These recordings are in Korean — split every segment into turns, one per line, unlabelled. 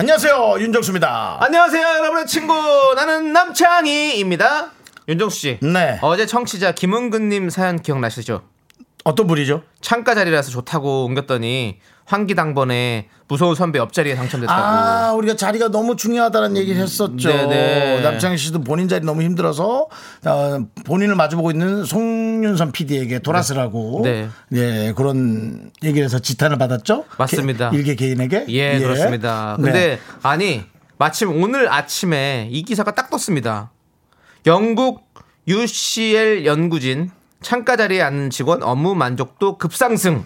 안녕하세요 윤정수입니다.
안녕하세요, 여러분의 친구. 나는 남창희입니다. 윤정수 씨.
네.
어제 청취자 김은근님 사연 기억나시죠?
어떤 분이죠?
창가 자리라서 좋다고 옮겼더니 환기당번에 무서운 선배 옆자리에 당첨됐다고.
아 우리가 자리가 너무 중요하다는 얘기를 했었죠.
음, 네네.
남창희 씨도 본인 자리 너무 힘들어서 어, 본인을 마주보고 있는 송윤선 PD에게 돌아서라고
네.
예 그런 얘기를 해서 지탄을 받았죠.
맞습니다.
개- 일개 개인에게
예, 그렇습니다.
네.
근데 아니 마침 오늘 아침에 이 기사가 딱 떴습니다. 영국 UCL 연구진 창가 자리에 앉는 직원 업무 만족도 급상승.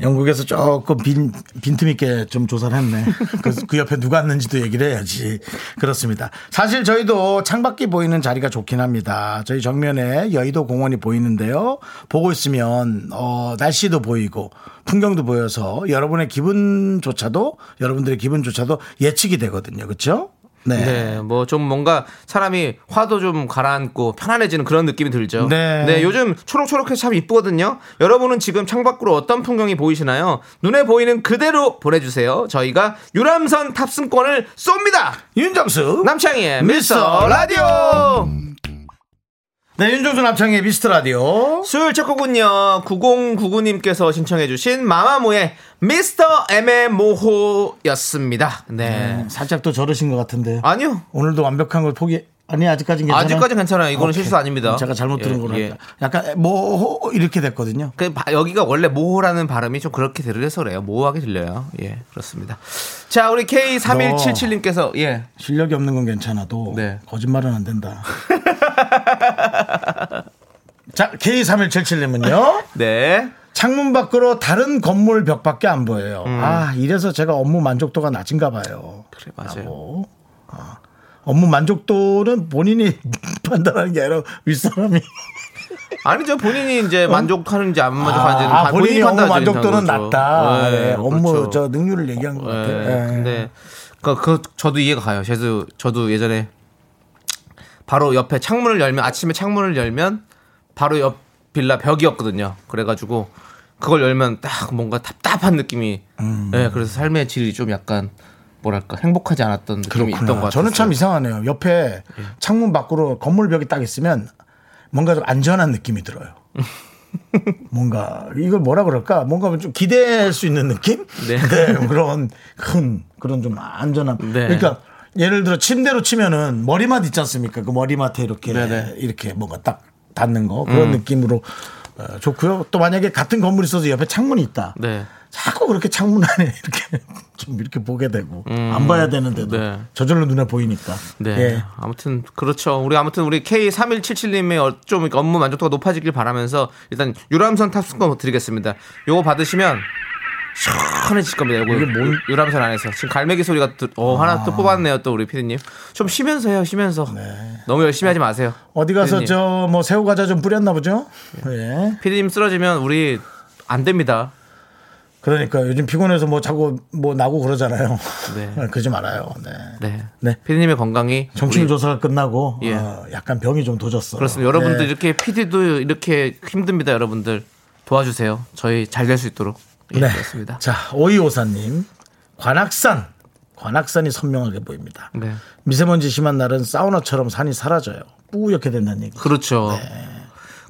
영국에서 조금 빈, 빈틈 있게 좀 조사를 했네. 그, 그 옆에 누가 앉는지도 얘기를 해야지. 그렇습니다. 사실 저희도 창밖이 보이는 자리가 좋긴 합니다. 저희 정면에 여의도 공원이 보이는데요. 보고 있으면, 어, 날씨도 보이고, 풍경도 보여서 여러분의 기분조차도, 여러분들의 기분조차도 예측이 되거든요. 그렇죠 네.
네, 뭐 좀 뭔가 사람이 화도 좀 가라앉고 편안해지는 그런 느낌이 들죠.
네.
요즘 초록초록해서 참 이쁘거든요. 여러분은 지금 창밖으로 어떤 풍경이 보이시나요? 눈에 보이는 그대로 보내주세요. 저희가 유람선 탑승권을 쏩니다.
윤정수.
남창희의 미스터 라디오.
네, 윤정수 남창의 미스터 라디오.
수요일 첫 곡은요 9099님께서 신청해주신 마마무의 미스터 애매모호였습니다. 네.
살짝 또 저르신 것 같은데.
아니요.
오늘도 완벽한 걸 포기. 아니 아직까지는 괜찮아.
아직까지는 괜찮아요. 이거는 실수 아닙니다.
음, 제가 잘못
예,
들은 거라.
예.
약간 뭐 이렇게 됐거든요.
그 바- 여기가 원래 모호라는 발음이 좀 그렇게 들려서 그래요. 모호하게 들려요. 예, 그렇습니다. 자, 우리 K3177님께서 예.
실력이 없는 건 괜찮아도
네.
거짓말은 안 된다. 자 K3177님은요.
네.
창문 밖으로 다른 건물 벽밖에 안 보여요. 아 이래서 제가 업무 만족도가 낮은가 봐요.
음. 그래 맞아요.
뭐, 아, 업무 만족도는 본인이 판단하는 게 아니라 윗사람이.
아니죠. 본인이 이제 만족하는지 안 만족하는지는
아,
다-
본인이 업무
판단하죠,
만족도는
그렇죠.
낮다.
예,
네, 업무
그렇죠.
저 능률을 얘기한 것
예,
같아요. 예.
근데 그, 그 저도 이해가 가요. 저도 저도 예전에 바로 옆에 창문을 열면 아침에 창문을 열면 바로 옆 빌라 벽이었거든요. 그래가지고 그걸 열면 딱 뭔가 답답한 느낌이.
음.
예, 그래서 삶의 질이 좀 약간 뭐랄까 행복하지 않았던 느낌이 있던 것 같아요. 예.
저는 참 이상하네요. 옆에 창문 밖으로 건물 벽이 딱 있으면 뭔가 좀 안전한 느낌이 들어요. 뭔가 이걸 뭐라 그럴까? 뭔가 좀 기대할 수 있는 느낌?
네.
네. 그런 큰 그런 좀 안전함.
네.
그러니까 예를 들어 침대로 치면은 머리맡 있지 않습니까? 그 머리맡에 이렇게
네네. 음.
이렇게 뭔가 딱 닿는 거 그런 느낌으로 어, 좋고요. 또 만약에 같은 건물이 있어서 옆에 창문이 있다.
네.
자꾸 그렇게 창문 안에 이렇게 좀 이렇게 보게 되고 안 봐야 되는데도
음. 네.
저절로 눈에 보이니까.
네.
예.
아무튼 그렇죠. 우리 아무튼 우리 K3177님의 어, 좀 업무 만족도가 높아지길 바라면서 일단 유람선 탑승권 드리겠습니다. 요거 받으시면 시원해질 겁니다. 요거 유람선 안에서 지금 갈매기 소리가 또 어, 하나
아.
또 뽑았네요. 또 우리 피디님 좀 쉬면서 해요. 쉬면서
네.
너무 열심히 하지 마세요.
어디 가서
피디님. 네.
저 뭐 새우 과자 좀 뿌렸나 보죠? 예.
피디님 쓰러지면 우리 안 됩니다.
그러니까 요즘 피곤해서 뭐 자꾸 뭐 나고 그러잖아요.
네.
그러지 말아요. 네.
네.
네.
피디님의 건강이
정신
우리-
조사가 끝나고
예.
어, 약간 병이 좀 도졌어.
그렇습니다.
네.
여러분들 이렇게 피디도 이렇게 힘듭니다. 여러분들 도와주세요. 저희 잘 될 수 있도록 예,
네.
그렇습니다.
자, 오이오사님. 관악산. 관악산이 선명하게 보입니다.
네.
미세먼지 심한 날은 사우나처럼 산이 사라져요. 뿌옇게 된다는 얘기.
그렇죠.
네.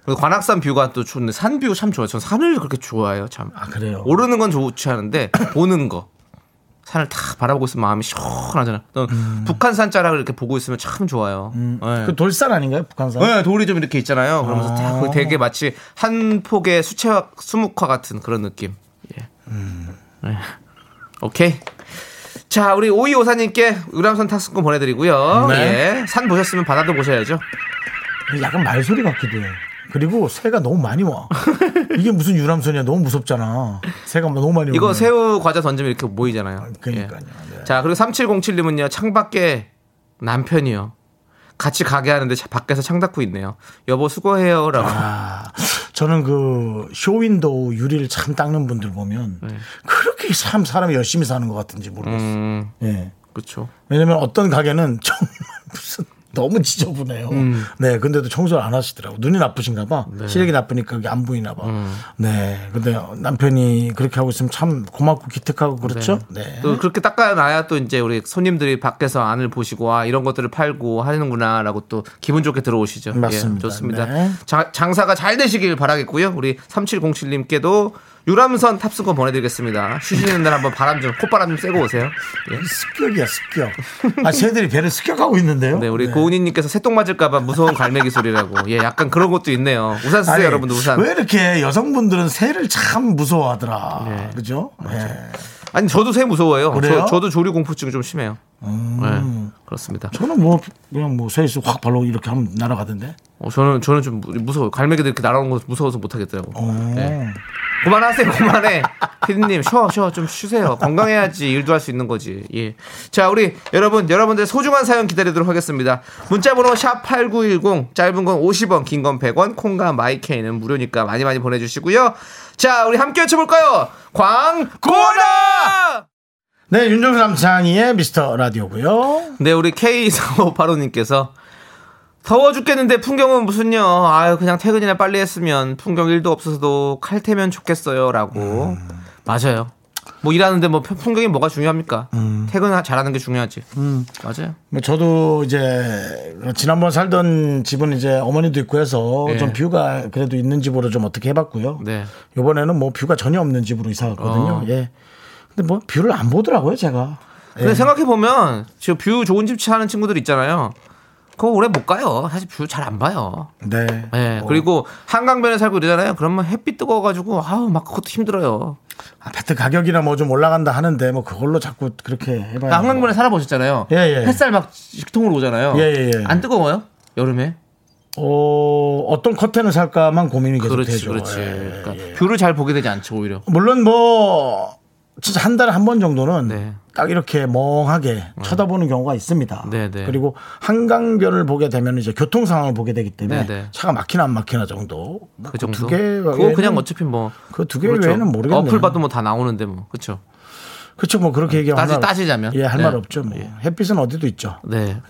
그리고 관악산 뷰가 또 좋은데 산 뷰 참 좋아요. 전 산을 그렇게 좋아해요. 참
아, 그래요?
오르는 건 좋지 않은데 보는 거 산을 다 바라보고 있으면 마음이 시원하잖아. 또 북한 산자락을 이렇게 보고 있으면 참 좋아요. 네.
음. 그 돌산 아닌가요? 북한산?
네, 돌이 좀 이렇게 있잖아요. 그러면서 딱 그게 되게 마치 한 폭의 수채화 수묵화 같은 그런 느낌. 예.
음.
네. 오케이. 자, 우리 오이 오사님께 의람선 탑승권 보내드리고요.
네.
예. 산 보셨으면 바다도 보셔야죠.
약간 말소리 같기도 해. 그리고 새가 너무 많이 와. 이게 무슨 유람선이야. 너무 무섭잖아. 새가 너무 많이 와.
이거 새우 과자 던지면 이렇게 모이잖아요.
그러니까요.
예.
네.
자, 그리고 3707님은요, 창밖에 남편이요. 같이 가게 하는데 자- 밖에서 창 닦고 있네요. 여보 수고해요. 라고.
아. 저는 그 쇼윈도우 유리를 참 닦는 분들 보면 그렇게 참 사람이 열심히 사는 것 같은지 모르겠어요.
네. 음,
예.
그쵸.
왜냐면 어떤 가게는 정말 무슨 너무 지저분해요.
음.
네, 근데도 청소를 안 하시더라고. 눈이 나쁘신가 봐.
네.
시력이 나쁘니까 그게 안 보이나 봐.
음.
네, 근데 남편이 그렇게 하고 있으면 참 고맙고 기특하고 그렇죠. 네.
또 그렇게 닦아놔야 또 이제 우리 손님들이 밖에서 안을 보시고 아 이런 것들을 팔고 하는구나라고 또 기분 좋게 들어오시죠.
맞습니다.
예, 좋습니다.
네.
자- 장사가 잘 되시길 바라겠고요. 우리 3707님께도 유람선 탑승권 보내드리겠습니다. 쉬시는 날 한번 바람 좀 콧바람 좀 쐬고 오세요. 예.
습격이야 습격. 아 새들이 배를 습격하고 있는데요.
네, 우리 고은이님께서 새똥 맞을까봐 무서운 갈매기 소리라고. 예, 약간 그런 것도 있네요. 우산 쓰세요,
아니,
여러분들 우산.
왜 이렇게 여성분들은 새를 참 무서워하더라.
네.
그죠? 네.
아니 저도 새 무서워요.
그래요? 음.
저, 도 조류 공포증이 좀 심해요. 네, 그렇습니다.
저는 뭐 그냥 뭐 새에서 확 발로 이렇게 하면 날아가던데.
어, 저는 저는 좀 무- 무서워요. 갈매기들 이렇게 날아오는 거 무서워서 못 하겠더라고.
어.
네. 그만하세요, 그만해. 피디님, 쉬어, 쉬어, 좀 쉬세요. 건강해야지 일도 할 수 있는 거지. 예. 자, 우리 여러분, 여러분들 소중한 사연 기다리도록 하겠습니다. 문자번호 샵8910, 짧은 건 50원, 긴 건 100원, 콩과 마이케이는 무료니까 많이 많이 보내주시고요. 자, 우리 함께 외쳐볼까요? 광고라!
네, 윤정수 남창희의 미스터 라디오고요.
네, 우리 K4585님께서 더워 죽겠는데 풍경은 무슨요? 아유, 그냥 퇴근이나 빨리 했으면 풍경 1도 없어서도 칼퇴면 좋겠어요. 라고. 맞아요. 뭐 일하는데 뭐 표- 풍경이 뭐가 중요합니까? 퇴근 잘하는 게 중요하지. 맞아요.
뭐 저도 이제 지난번 살던 집은 이제 어머니도 있고 해서
예.
좀 뷰가 그래도 있는 집으로 좀 어떻게 해봤고요.
네.
이번에는 뭐 뷰가 전혀 없는 집으로 이사 갔거든요.
어.
예. 근데 뭐 뷰를 안 보더라고요, 제가.
근데 생각해보면 지금 뷰 좋은 집 사는 친구들 있잖아요. 그거 오래 못 가요. 사실 뷰 잘 안 봐요.
네.
예. 그리고 한강변에 살고 이러잖아요. 그러면 햇빛 뜨거워가지고 아우, 막 그것도 힘들어요.
아파트 가격이나 뭐 좀 올라간다 하는데 뭐 그걸로 자꾸 그렇게 해봐야.
나 아, 한강변에 살아보셨잖아요.
네. 예, 예.
햇살 막 식통으로 오잖아요.
예, 예, 예.
안 뜨거워요? 여름에?
어, 어떤 커튼을 살까만 고민이 계속
그렇지,
되죠.
그렇지.
예. 어,
그러니까 뷰를 잘 보게 되지 않죠, 오히려.
물론 뭐 진짜 한 달에 한 번 정도는
네.
딱 이렇게 멍하게 쳐다보는 경우가 있습니다.
네, 네.
그리고 한강변을 보게 되면 이제 교통 상황을 보게 되기 때문에
네, 네.
차가 막히나 안 막히나 정도.
그 정도.
두개
그거 그냥 어차피 뭐.
그두 개 외에는 모르겠네요.
어플 봐도 뭐 다 나오는데 뭐. 그쵸.
그렇죠. 뭐 그렇게 얘기하면
따지-
할 말-
따지자면.
예, 할
네.
말 없죠. 뭐. 햇빛은 어디도 있죠.
네.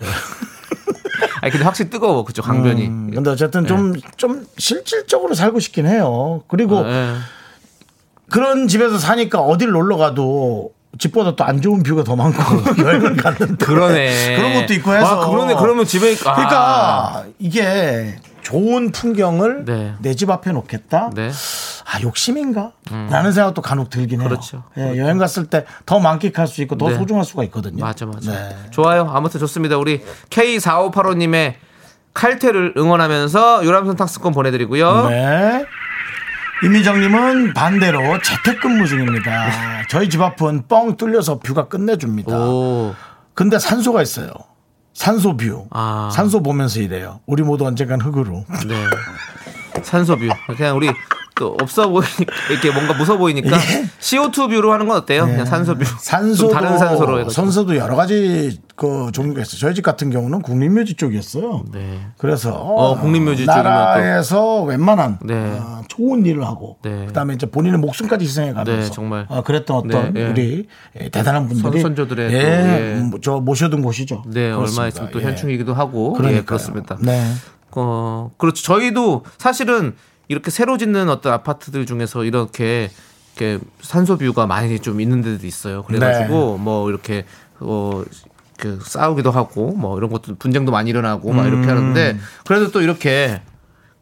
아니, 근데 확실히 뜨거워, 그쵸, 강변이. 예.
음, 근데 어쨌든 좀, 좀 실질적으로 살고 싶긴 해요. 그리고
예.
그런 집에서 사니까 어딜 놀러 가도 집보다 또 안 좋은 뷰가 더 많고 여행을 갔는데
어. 그러네.
그런 것도 있고 해서
아, 그러네. 그러면 집에. 아.
그러니까 이게 좋은 풍경을
네.
내 집 앞에 놓겠다.
네. 음.
아 욕심인가? 라는 생각도 간혹 들긴 해요.
그렇죠.
예, 여행 갔을 때 더 만끽할 수 있고 더
네.
소중할 수가 있거든요.
맞아 맞아.
네.
좋아요. 아무튼 좋습니다. 우리 K4585님의 칼퇴를 응원하면서 유람선 탁스권 보내드리고요.
네. 이미정님은 반대로 재택근무 중입니다. 저희 집 앞은 뻥 뚫려서 뷰가 끝내줍니다.
오.
근데 산소가 있어요. 산소 뷰.
아.
산소 보면서 일해요. 우리 모두 언젠간 흙으로.
네. 산소뷰. 그냥 우리 또 없어 보이니까 이렇게 뭔가 무서워 보이니까
예.
CO2뷰로 하는 건 어때요? 그냥 산소뷰.
산소
좀 다른 산소로 해가지고.
산소도 여러 가지 그 종류가 있어요. 저희 집 같은 경우는 국립묘지 쪽이었어요.
네.
그래서
국립묘지 쪽이면
나라에서 웬만한
네.
어, 좋은 일을 하고
네.
그다음에 이제 본인의 목숨까지 희생해 가면서
네, 정말.
어, 그랬던 어떤
네, 예.
우리 대단한 분들이
선선조들의
예,
또, 예.
음, 저 모셔둔 곳이죠.
네,
그렇습니다.
얼마 있으면 또
예.
현충이기도 하고.
그러니까요.
예, 그렇습니다.
네.
어, 그렇죠. 저희도 사실은 이렇게 새로 짓는 어떤 아파트들 중에서 이렇게 이렇게 산소 뷰가 많이 좀 있는 데도 있어요. 그래가지고
네.
뭐 이렇게 어. 그 싸우기도 하고 뭐 이런 것도 분쟁도 많이 일어나고 막
음.
이렇게 하는데 그래도 또 이렇게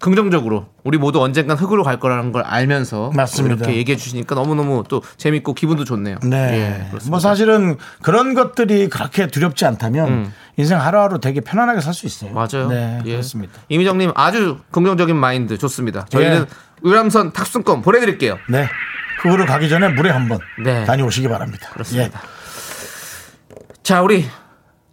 긍정적으로 우리 모두 언젠간 흙으로 갈 거라는 걸 알면서
맞습니다.
이렇게 얘기해 주시니까 너무너무 또 재밌고 기분도 좋네요. 예,
네.
그렇습니다.
뭐 사실은 그런 것들이 그렇게 두렵지 않다면 인생 하루하루 되게 편안하게 살 수 있어요.
음. 맞아요.
네,
예.
그렇습니다.
이미정님 아주 긍정적인 마인드 좋습니다. 저희는
예.
유람선 탑승권 보내드릴게요.
네. 그거를 가기 전에 물에 한번
네.
다녀오시기 바랍니다. 예.
그렇습니다. 예. 자, 우리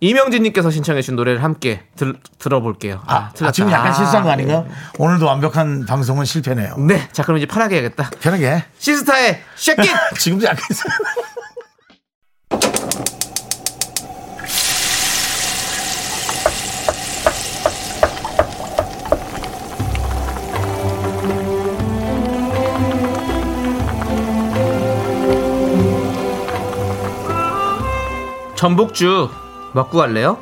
이명진님께서 신청해주신 노래를 함께 들, 들어볼게요.
예. 아,
틀렸다.
지금 약간
아,
실수한 거 아닌가? 오늘도 완벽한 방송은 실패네요.
네, 자 그럼 이제 편하게 해야겠다.
편하게.
시스타의 쉐킷.
지금도 약간
전복죽 먹고 갈래요?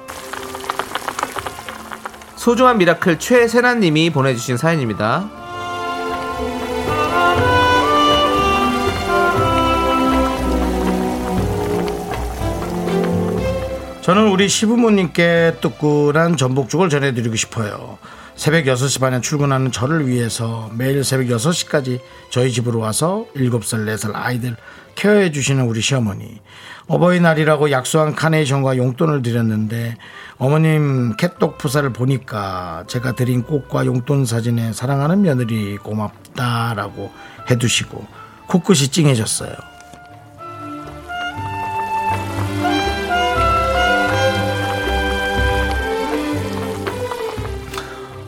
소중한 미라클 최세나님이 보내주신 사연입니다.
저는 우리 시부모님께 뜨끈한 전복죽을 전해드리고 싶어요. 새벽 6시 반에 출근하는 저를 위해서 매일 새벽 6시까지 저희 집으로 와서 7살, 4살 아이들 케어해 주시는 우리 시어머니. 어버이날이라고 약속한 카네이션과 용돈을 드렸는데 어머님 캣독 프사를 보니까 제가 드린 꽃과 용돈 사진에 사랑하는 며느리 고맙다라고 해두시고 코끝이 찡해졌어요.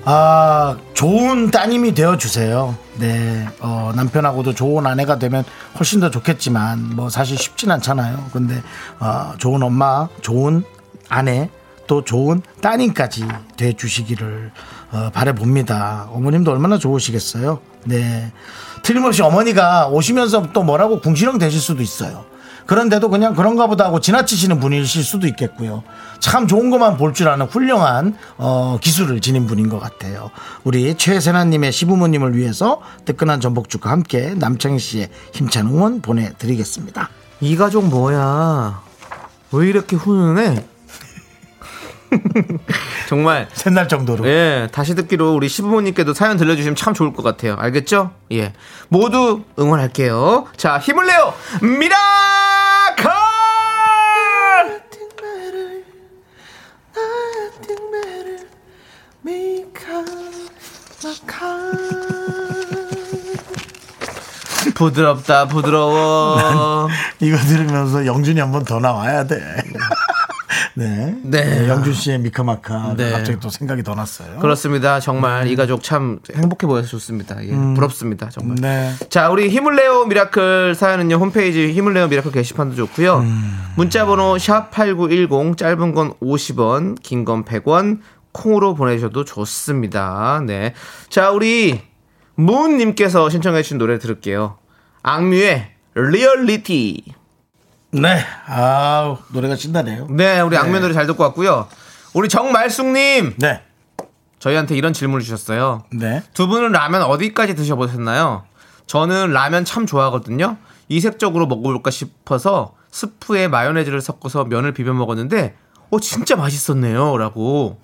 아, 좋은 따님이 되어 주세요. 네, 어, 남편하고도 좋은 아내가 되면 훨씬 더 좋겠지만, 뭐, 사실 쉽진 않잖아요. 근데, 어, 좋은 엄마, 좋은 아내, 또 좋은 따님까지 돼 주시기를, 어, 바라봅니다. 어머님도 얼마나 좋으시겠어요? 네. 틀림없이 어머니가 오시면서 또 뭐라고 궁시렁 되실 수도 있어요. 그런데도 그냥 그런가 보다 하고 지나치시는 분이실 수도 있겠고요. 참 좋은 것만 볼 줄 아는 훌륭한 어, 기술을 지닌 분인 것 같아요. 우리 최세나님의 시부모님을 위해서 뜨끈한 전복죽과 함께 남창희 씨의 힘찬 응원 보내드리겠습니다.
이 가족 뭐야? 왜 이렇게 훈훈해? 정말
셋날 정도로.
예 다시 듣기로 우리 시부모님께도 사연 들려주시면 참 좋을 것 같아요. 알겠죠? 예 모두 응원할게요. 자 힘을 내요 미라클! 부드럽다 부드러워.
이거 들으면서 영준이 한 번 더 나와야 돼. 네.
네.
영준 씨의 미카마카.
네.
갑자기 또 생각이 더 났어요.
그렇습니다. 정말 이 가족 참 행복해 보여서 좋습니다. 예, 부럽습니다. 정말.
네.
자, 우리 힘을 내요 미라클 사연은요. 홈페이지 힘을 내요 미라클 게시판도 좋고요. 문자 번호 샵8910 짧은 건 50원, 긴 건 100원 콩으로 보내 주셔도 좋습니다. 네. 자, 우리 문 님께서 신청해 주신 노래 들을게요. 악뮤의 리얼리티.
네. 아우, 노래가 신나네요.
네, 우리 악뮤 노래 잘 듣고 왔고요. 우리 정말숙 님
네.
저희한테 이런 질문을 주셨어요.
네.
두 분은 라면 어디까지 드셔보셨나요? 저는 라면 참 좋아하거든요. 이색적으로 먹어볼까 싶어서 스프에 마요네즈를 섞어서 면을 비벼 먹었는데, 어 진짜 맛있었네요.라고.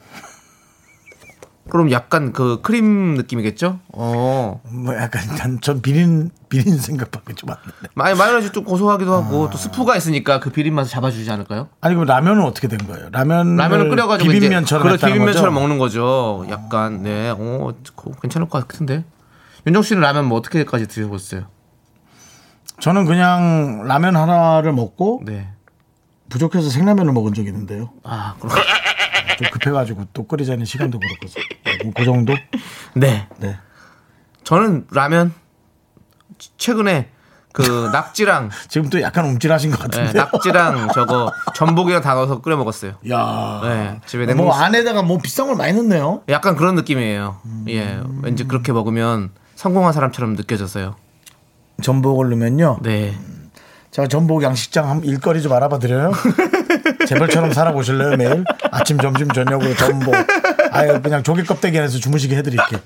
그럼 약간 그 크림 느낌이겠죠? 어.
뭐 약간 난 전 비린 비린 생각밖에 좀 안 나네.
마요, 마요네즈 좀 고소하기도 하고 또 스프가 있으니까 그 비린 맛을 잡아주지 않을까요?
아니 그럼 라면은 어떻게 된 거예요? 라면
라면을 끓여가지고
음, 비빔면처럼
그래,
했다는
비빔면처럼
거죠?
먹는 거죠. 약간 네, 어 그거 괜찮을 것 같은데. 윤정 씨는 라면 뭐 어떻게까지 드셔보셨어요?
저는 그냥 라면 하나를 먹고
네.
부족해서 생라면을 먹은 적이 있는데요.
아 그렇.
좀 급해가지고 또 끓이자는 시간도 그렇고 그 정도.
네.
네.
저는 라면 치- 최근에 그 낙지랑
지금 또 약간 움찔하신 것
예,
같은데. 요
낙지랑 저거 전복이랑 다 넣어서 끓여 먹었어요.
야.
예, 집에
뭐
냉동
안에다가 뭐 비싼 걸 많이 넣네요.
약간 그런 느낌이에요.
음.
예, 왠지 그렇게 먹으면 성공한 사람처럼 느껴져서요.
전복을 넣으면요.
네,
제가 전복 양식장 한 일거리 좀 알아봐 드려요. 재벌처럼 살아보실래요 매일? 아침 점심 저녁으로 전복. 아예 그냥 조개 껍데기 안에서 주무시게 해드릴게. 요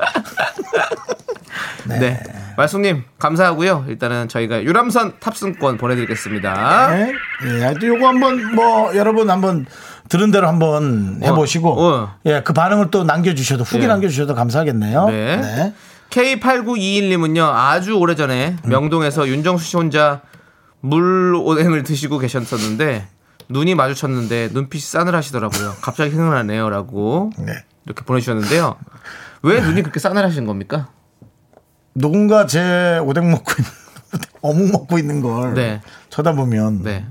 네. 말숙님 감사하고요. 일단은 저희가 유람선 탑승권 보내드리겠습니다.
네. 예, 하여튼 요거 한번 뭐 여러분 한번 들은 대로 한번 해보시고
어, 어.
예, 그 반응을 또 남겨주셔도 후기
예.
남겨주셔도 감사하겠네요.
네.
네.
K8921님은요, 아주 오래전에
음.
명동에서 윤정수 씨 혼자 물오뎅을 드시고 계셨었는데, 눈이 마주쳤는데 눈빛이 싸늘하시더라고요. 갑자기 생각나네요. 라고
네.
이렇게 보내주셨는데요. 왜 눈이 그렇게 싸늘하신 겁니까?
누군가 제 오뎅 먹고 있는 어묵 먹고 있는 걸
네.
쳐다보면
네.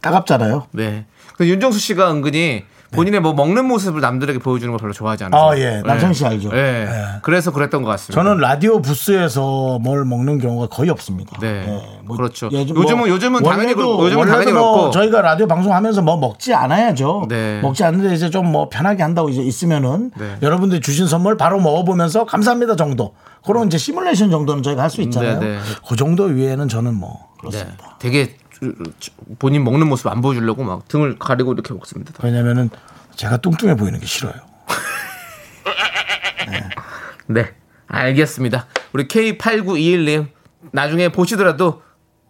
따갑잖아요.
네. 근데 윤정수 씨가 은근히 본인의 뭐 먹는 모습을 남들에게 보여주는 걸 별로 좋아하지 않아요.
네. 아, 예. 남성 씨 알죠?
예.
예.
그래서 그랬던 것 같습니다.
저는 라디오 부스에서 뭘 먹는 경우가 거의 없습니다.
네. 그렇죠.
뭐
요즘은- 요즘은 당연히 그렇고, 요즘은
원래도
당연히
뭐
그렇고.
저희가 라디오 방송하면서 뭐 먹지 않아야죠.
네.
먹지 않는데 이제 좀 뭐 편하게 한다고 이제 있으면은
네.
여러분들이 주신 선물 바로 먹어보면서 감사합니다 정도. 그런 이제 시뮬레이션 정도는 저희가 할 수 있잖아요.
네, 네.
그 정도 위에는 저는 뭐
네.
그렇습니다.
되게 본인 먹는 모습 안 보여주려고 막 등을 가리고 이렇게 먹습니다.
왜냐면은 제가 뚱뚱해 보이는 게 싫어요.
네, 알겠습니다. 우리 K8921님 나중에 보시더라도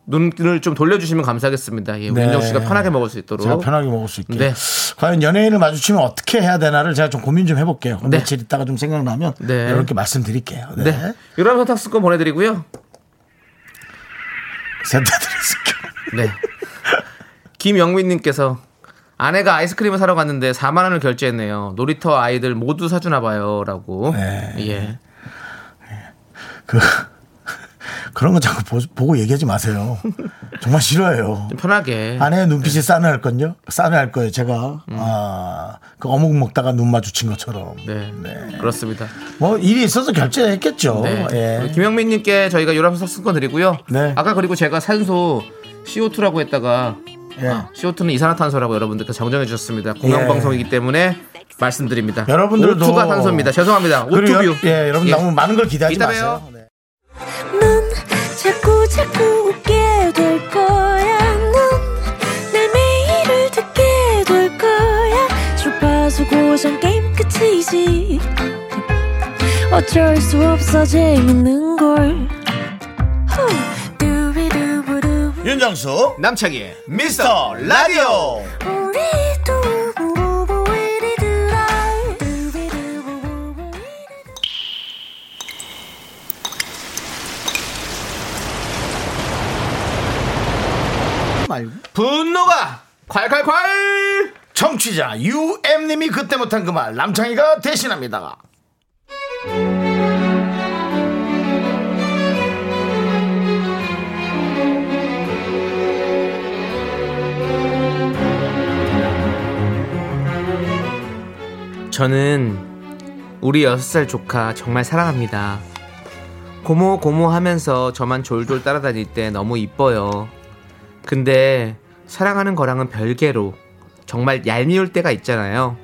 눈을 좀 돌려주시면 감사하겠습니다. 예,
네.
윤정 씨가 편하게 먹을 수 있도록.
제가 편하게 먹을 수 있게.
네.
과연 연예인을 마주치면 어떻게 해야 되나를 제가 좀 고민 좀 해볼게요.
네.
며칠 있다가 좀 생각나면
네.
이렇게 말씀드릴게요. 네.
네, 유람 선탁수권 보내드리고요.
센터드레스교.
네. 김영민님께서 아내가 아이스크림을 사러 갔는데 4만 원을 결제했네요. 놀이터 아이들 모두 사주나 봐요라고.
네.
예.
그 그런 거 자꾸 보, 고 얘기하지 마세요. 정말 싫어해요.
좀 편하게.
아내의
네.
눈빛이 싸늘할 건요? 싸늘할 거예요. 제가
음.
아, 그 어묵 먹다가 눈 마주친 것처럼.
네. 그렇습니다.
뭐 일이 있어서 결제했겠죠.
네.
예.
김영민님께 저희가 유람 선탁수권 드리고요.
네.
아까 그리고 제가 산소 CO2라고 했다가
예.
아, CO2는 이산화탄소라고 여러분들께서 정정해 주셨습니다. 공영방송이기 때문에 말씀드립니다.
예. 여러분들도
O2가 탄소입니다. 죄송합니다.
그리고 여-
O2뷰.
예, 여러분 너무 많은 걸 기대하지
이따 봬요.
마세요. 네.
넌 자꾸 자꾸 웃게 될 거야. 넌내 매일을 듣게 될 거야. 주파수 고정 게임 끝이지. 어쩔 수 없어 재밌는 걸. 후. 두비두부두부.
윤정수
남창희의 미스터 라디오.
우리 두부부부 우리 두라. 두비두부부부 우리 두라.
말고
분노가 콸콸콸!
청취자 UM님이 그때 못한 그 말 남창희가 대신합니다.
저는 우리 6살 조카 정말 사랑합니다. 고모 고모 하면서 저만 졸졸 따라다닐 때 너무 이뻐요. 근데 사랑하는 거랑은 별개로 정말 얄미울 때가 있잖아요.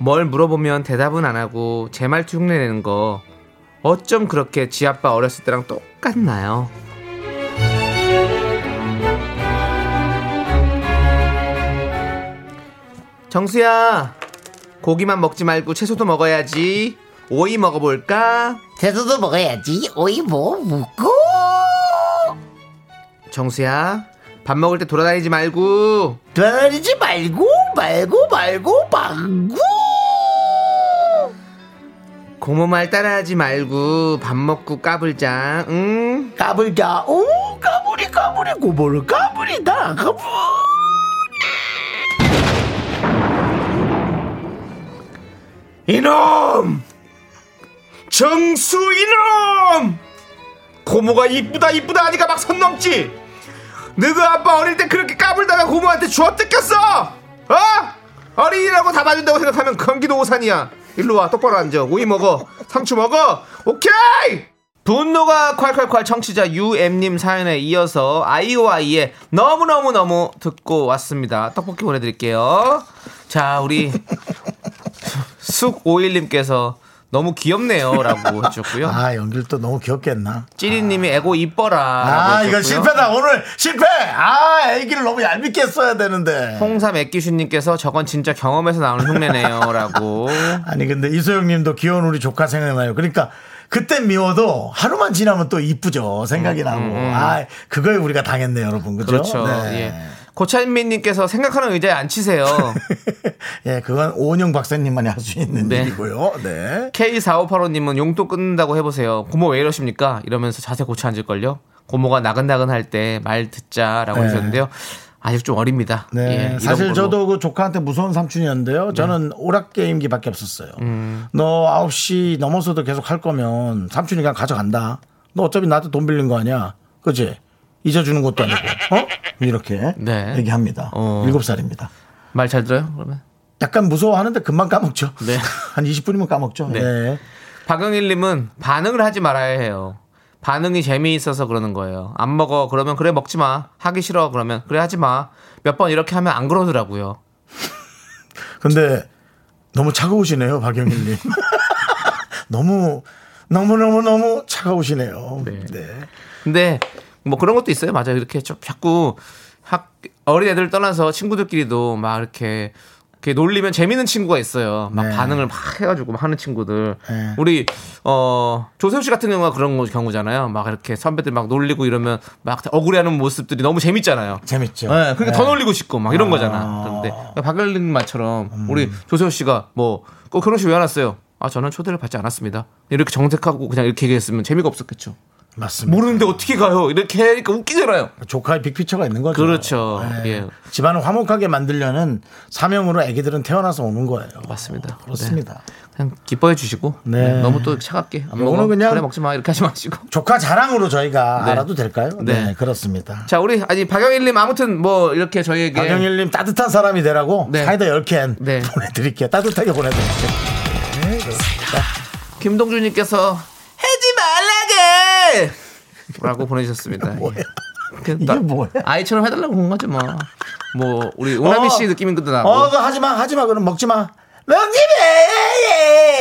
뭘 물어보면 대답은 안 하고 제 말투 흉내내는 거 어쩜 그렇게 지 아빠 어렸을 때랑 똑같나요? 정수야 고기만 먹지 말고 채소도 먹어야지. 오이 먹어볼까?
채소도 먹어야지. 오이 뭐 묵고.
정수야, 밥 먹을 때 돌아다니지 말고.
돌아다니지 말고 말고 말고 말고.
고모 말 따라하지 말고 밥 먹고 까불자. 응?
까불자. 오 까불이 까불이 고보를 까불이다. 까불.
이놈! 정수 이놈! 고모가 이쁘다 이쁘다 하니까 막 선 넘지. 너희 아빠 어릴 때 그렇게 까불다가 고모한테 주워 뜯겼어. 어? 어린이라고 다 봐준다고 생각하면 경기도 오산이야. 일로 와 똑바로 앉아. 오이 먹어. 상추 먹어. 오케이. 분노가 콸콸콸 청취자 UM님 사연에 이어서 아이오아이의 너무너무너무 듣고 왔습니다. 떡볶이 보내드릴게요. 자, 우리 쑥오일님께서 너무 귀엽네요. 라고 해주셨고요.
아 연기를 또 너무 귀엽게 했나?
찌리님이 에고 이뻐라. 라고
아 이건
해주셨고요.
실패다 오늘 실패. 아 애기를 너무 얄밉게 써야 되는데.
홍삼 액기슈님께서 저건 진짜 경험에서 나오는 흉내네요. 라고.
아니 근데 이소영님도 귀여운 우리 조카 생각나요. 그러니까 그때 미워도 하루만 지나면 또 이쁘죠 생각이 나고. 아 그거에 우리가 당했네 요 여러분 그죠?
음, 그렇죠.
네.
예. 고찬민님께서 생각하는 의자에 앉히세요.
예. 그건 오은영 박사님만이 할 수 있는
네.
일이고요. 네.
K4585님은 용돈 끊는다고 해보세요. 고모 왜 이러십니까? 이러면서 자세 고쳐 앉을걸요? 고모가 나긋나긋 할 때 말 듣자라고
네.
하셨는데요. 아직 좀 어립니다. 예,
네.
이런
사실
걸로. 네.
저도 그 조카한테 무서운 삼촌이었는데요. 저는 오락게임기밖에 없었어요.
음.
너 9시 넘어서도 계속 할 거면 삼촌이 그냥 가져간다. 너 어차피 나한테 돈 빌린 거 아니야. 그지? 잊어주는 것도 아니고. 어? 이렇게
네.
얘기합니다.
어.
일 7살입니다.
말 잘 들어요? 그러면
약간 무서워하는데 금방 까먹죠.
네.
한 20분이면 까먹죠.
네.
네.
박영일님은 반응을 하지 말아야 해요. 반응이 재미있어서 그러는 거예요. 안 먹어 그러면 그래 먹지 마. 하기 싫어 그러면 그래 하지 마. 몇 번 이렇게 하면 안 그러더라고요.
근데 너무 차가우시네요, 박영일님. 너무 너무 너무 너무 차가우시네요.
네.
네.
근데 뭐 그런 것도 있어요. 맞아요. 이렇게 좀 자꾸 학 어린 애들 떠나서 친구들끼리도 막 이렇게 이렇게 놀리면 재밌는 친구가 있어요. 막
네.
반응을 막 해가지고 막 하는 친구들.
네.
우리 어 조세호 씨 같은 경우가 그런 거- 경우잖아요. 막 이렇게 선배들 막 놀리고 이러면 막 억울해하는 모습들이 너무 재밌잖아요.
재밌죠.
네, 그러니까 더 놀리고 싶고 막 이런 거잖아. 그런데 그러니까 박열린 말처럼
음.
우리 조세호 씨가 뭐꼭 결혼식 왜 안 왔어요? 아 저는 초대를 받지 않았습니다. 이렇게 정색하고 그냥 이렇게 얘기했으면 재미가 없었겠죠.
맞습니다.
모르는데 어떻게 가요? 이렇게 하니까 웃기잖아요.
조카의 빅피처가 있는 거죠. 네.
그렇죠. 예.
집안을 화목하게 만들려는 사명으로 아기들은 태어나서 오는 거예요.
맞습니다.
아,
네.
그렇습니다.
그냥 기뻐해 주시고
네.
네, 너무 또 차갑게 안
요거는
먹어
그냥-
그래 먹지 마 이렇게 하지 마시고
조카 자랑으로 저희가
네.
알아도 될까요? 네,
네.
그렇습니다.
자 우리 아니 박영일님 아무튼 뭐 이렇게 저희에게
박영일님 따뜻한 사람이 되라고
네.
사이다 10캔
네.
보내드릴게요. 따뜻하게 보내드릴게요.
김동준님께서 하지 말라게 라고 보내주셨습니다.
뭐야?
그
이게
나-
뭐야?
아이처럼 해달라고 그런 거지 뭐. 뭐 우리 오나미 씨 느낌인 것도 나고.
어, 그거 하지 마, 하지 마, 그럼 먹지 마. 예, 먹지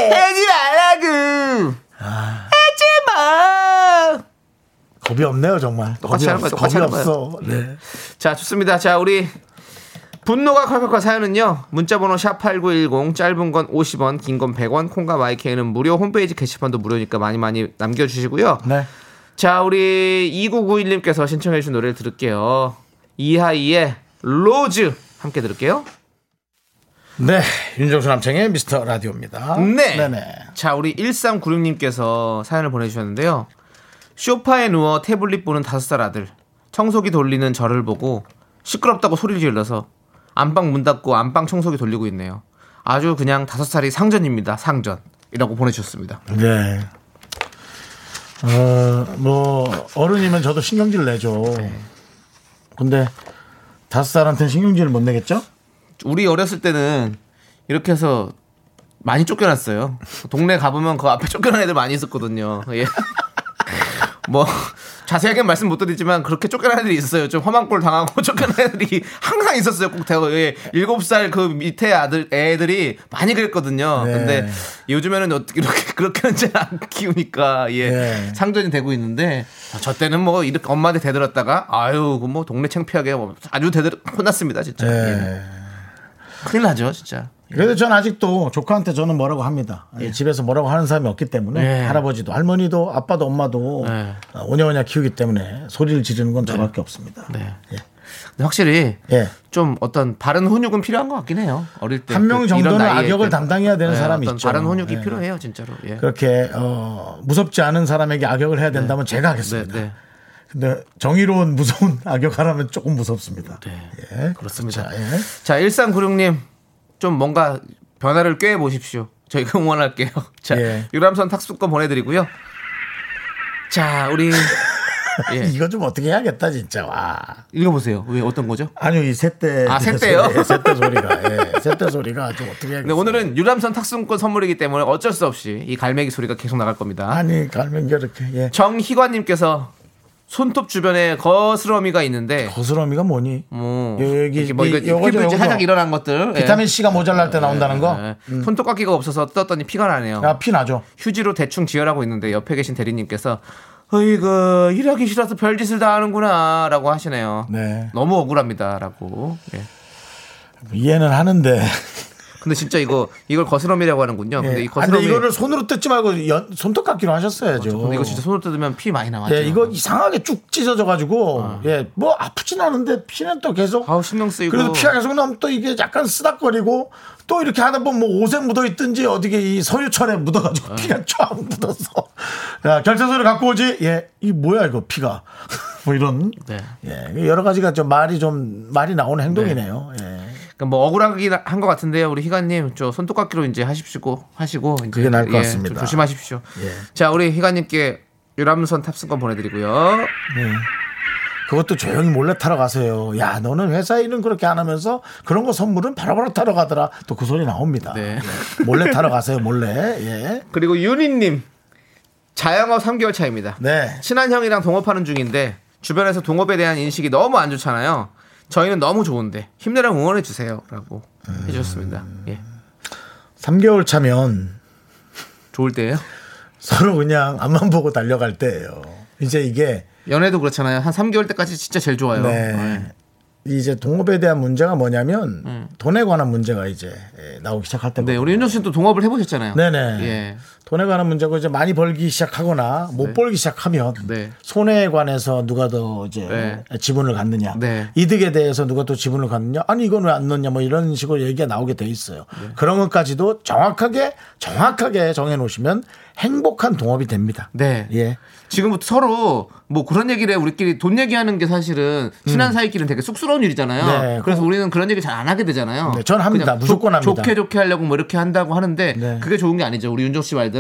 마!
하지 말라고. 하지 아. 마.
겁이 없네요, 정말.
똑같이
겁이
하는 거야,
없어,
똑같이
겁이
하는 거야.
없어. 네.
자 좋습니다. 자 우리 분노가 콸콸콸 사연은요. 문자번호 샵8910 짧은 건 50원 긴 건 100원 콩과 마이크는 무료 홈페이지 게시판도 무료니까 많이 많이 남겨주시고요.
네.
자 우리 2991님께서 신청해 주신 노래를 들을게요. 이하이의 로즈 함께 들을게요.
네, 윤정수 남창의 미스터 라디오입니다.
네.
네네.
자, 우리 1396님께서 사연을 보내주셨는데요. 쇼파에 누워 태블릿 보는 다섯 살 아들. 청소기 돌리는 저를 보고 시끄럽다고 소리를 질러서 안방 문 닫고 안방 청소기 돌리고 있네요. 아주 그냥 다섯 살이 상전입니다. 상전. 이라고 보내주셨습니다.
네. 어, 뭐, 어른이면 저도 신경질 내죠.
네.
근데 다섯 살한테는 신경질을 못 내겠죠?
우리 어렸을 때는 이렇게 해서 많이 쫓겨났어요. 동네 가보면 그 앞에 쫓겨난 애들 많이 있었거든요. 예. 뭐 자세하게 말씀 못 드리지만 그렇게 쫓겨난 애들이 있었어요. 좀 험한 꼴 당하고 쫓겨난 애들이 항상 있었어요. 꼭 대거 예. 일곱 살 그 밑에 아들 애들이 많이 그랬거든요.
네.
근데 요즘에는 어떻게 이렇게 그렇게는 잘 안 키우니까 예
네.
상전이 되고 있는데 아, 저 때는 뭐 이렇게 엄마한테 대들었다가 아유 그뭐 동네 창피하게 뭐 아주 대들 혼났습니다 진짜. 예.
네.
큰일 나죠, 진짜.
그래도 전 아직도 조카한테 저는 뭐라고 합니다. 예, 집에서 뭐라고 하는 사람이 없기 때문에
예.
할아버지도 할머니도 아빠도 엄마도
예.
어, 오냐오냐 키우기 때문에 소리를 지르는 건 저밖에 없습니다.
네. 근데 확실히
예.
좀 어떤 바른 혼육은 필요한 것 같긴 해요. 어릴 때.
한명
그
정도는
이런 나이에
악역을
그-
담당해야 되는 사람이
어떤
있죠.
바른 혼육이
예.
필요해요, 진짜로. 예.
그렇게 어, 무섭지 않은 사람에게 악역을 해야 된다면 제가
네,
하겠습니다.
네.
근데 정의로운 무서운 악역하라면 조금 무섭습니다. 예.
네. 그렇습니다.
자, 예.
자, 1396님. 좀 뭔가 변화를 꾀해 보십시오. 저희가 응원할게요. 자,
예.
유람선 탁수권 보내드리고요. 자, 우리. 예.
이거 좀 어떻게 해야겠다 진짜. 와.
읽어보세요. 왜 어떤 거죠?
아니요 이 셋대.
아, 셋대요?
소리, 예, 셋대 소리가. 예. 셋대 소리가 좀 어떻게 해야겠다.
근데 네, 오늘은 유람선 탁수권 선물이기 때문에 어쩔 수 없이 이 갈매기 소리가 계속 나갈 겁니다.
아니 갈면 이렇게 예.
정희관님께서 손톱 주변에 거스러미가 있는데
거스러미가 뭐니?
뭐
여기,
이게 뭐 이거
이- 요거죠,
피부에
요거죠.
살짝 일어난 것들 예.
비타민 C가 모자랄 때 나온다는 거.
예. 손톱 깎기가 없어서 뜯었더니 피가 나네요.
야, 피 나죠.
휴지로 대충 지혈하고 있는데 옆에 계신 대리님께서 어이구 일하기 싫어서 별짓을 다 하는구나라고 하시네요.
네.
너무 억울합니다라고. 예. 음.
이해는 하는데.
근데 진짜 이거 이걸 거스러미라고 하는군요. 근데
예.
이
아, 근데
거스러미
이거를 손으로 뜯지 말고 연- 손톱 깎기로 하셨어야죠.
근데 이거 진짜 손으로 뜯으면 피 많이 나와요.
예, 이거 이상하게 쭉 찢어져가지고, 예, 뭐 아프진 않은데 피는 또 계속.
아우 신경 쓰이고
그래서 피가 계속 나면 또 이게 약간 쓰닥거리고 또 이렇게 하다 보면 뭐 옷에 묻어 있든지 어디게 이 서유철에 묻어가지고 피가 쫙 묻어서 야 결제서를 갖고 오지 예 이 뭐야 이거 피가 뭐 이런
네.
예 여러 가지가 좀 말이 좀 말이 나오는 행동이네요 예
그러니까 뭐 억울하긴 한 것 같은데요, 우리 희관님 저 손톱깎이로 이제 하십시고 하시고 이제
그게 나을 것
예,
같습니다.
좀 조심하십시오.
예.
자, 우리 희관님께 유람선 탑승권 보내드리고요.
그것도 조용히 몰래 타러 가세요 야 너는 회사 일은 그렇게 안 하면서 그런 거 선물은 바로바로 타러 가더라 또 그 소리 나옵니다
네.
예. 몰래 타러 가세요 몰래 예
그리고 윤희님 자영업 3개월 차입니다.
네.
친한 형이랑 동업하는 중인데 주변에서 동업에 대한 인식이 너무 안 좋잖아요. 저희는 너무 좋은데 힘내라 응원해 주세요라고
음.
해주셨습니다. 예,
3개월 차면
좋을 때예요.
서로 그냥 앞만 보고 달려갈 때예요. 이제 이게
연애도 그렇잖아요. 한 3개월 때까지 진짜 제일 좋아요.
네.
예.
이제 동업에 대한 문제가 뭐냐면 돈에 관한 문제가 이제 예, 나오기 시작할 때입니다.
음. 네, 우리 윤정 씨는 또 동업을 해보셨잖아요.
네네.
예.
돈에 관한 문제고 이제 많이 벌기 시작하거나 못 벌기 시작하면
네.
손해에 관해서 누가 더 이제
네.
지분을 갖느냐,
네.
이득에 대해서 누가 또 지분을 갖느냐, 아니 이건 왜 안 넣냐 뭐 이런 식으로 얘기가 나오게 돼 있어요.
네.
그런 것까지도 정확하게 정확하게 정해놓으시면 행복한 동업이 됩니다.
네.
예.
지금부터 서로 뭐 그런 얘기를 해. 우리끼리 돈 얘기하는 게 사실은 친한 사이끼리는 되게 쑥스러운 일이잖아요.
음. 네,
그래서 우리는 그런 얘기 잘 안 하게 되잖아요.
네, 전 합니다.
그냥
무조건
좋-
합니다.
좋게 좋게 하려고 뭐 이렇게 한다고 하는데
네. 음.
그게 좋은 게 아니죠. 우리 윤정 씨 말대로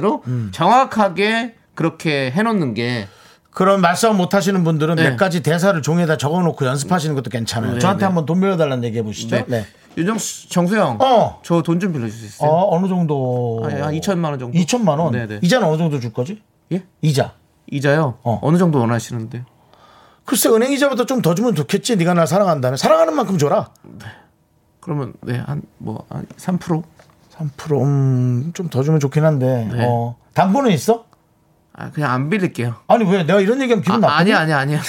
정확하게 그렇게 해놓는 게
그런 말싸움 못 하시는 분들은
네.
몇 가지 대사를 종이에다 적어놓고 연습하시는 것도 괜찮아요. 저한테
네.
한번 돈 빌려달라는 얘기 해보시죠.
네.
네.
윤정 씨, 정수영,
어.
저 돈 좀 빌려줄 수 있어요?
어, 어느 정도?
아, 예, 한 2천만 원 정도.
2천만 원.
네네.
이자는 어느 정도 줄 거지?
예?
이자.
이자요?
어.
어. 느 정도 원하시는데?
글쎄 은행 이자보다 좀 더 주면 좋겠지. 네가 나 사랑한다면 사랑하는 만큼 줘라.
그러면 네, 한 뭐 한 3%?
3% 음, 좀 더 주면 좋긴 한데.
네.
어. 담보는 있어?
아, 그냥 안 빌릴게요.
아니 왜 내가 이런 얘기하면 기분
아,
나빠?
아니 아니 아니.
야,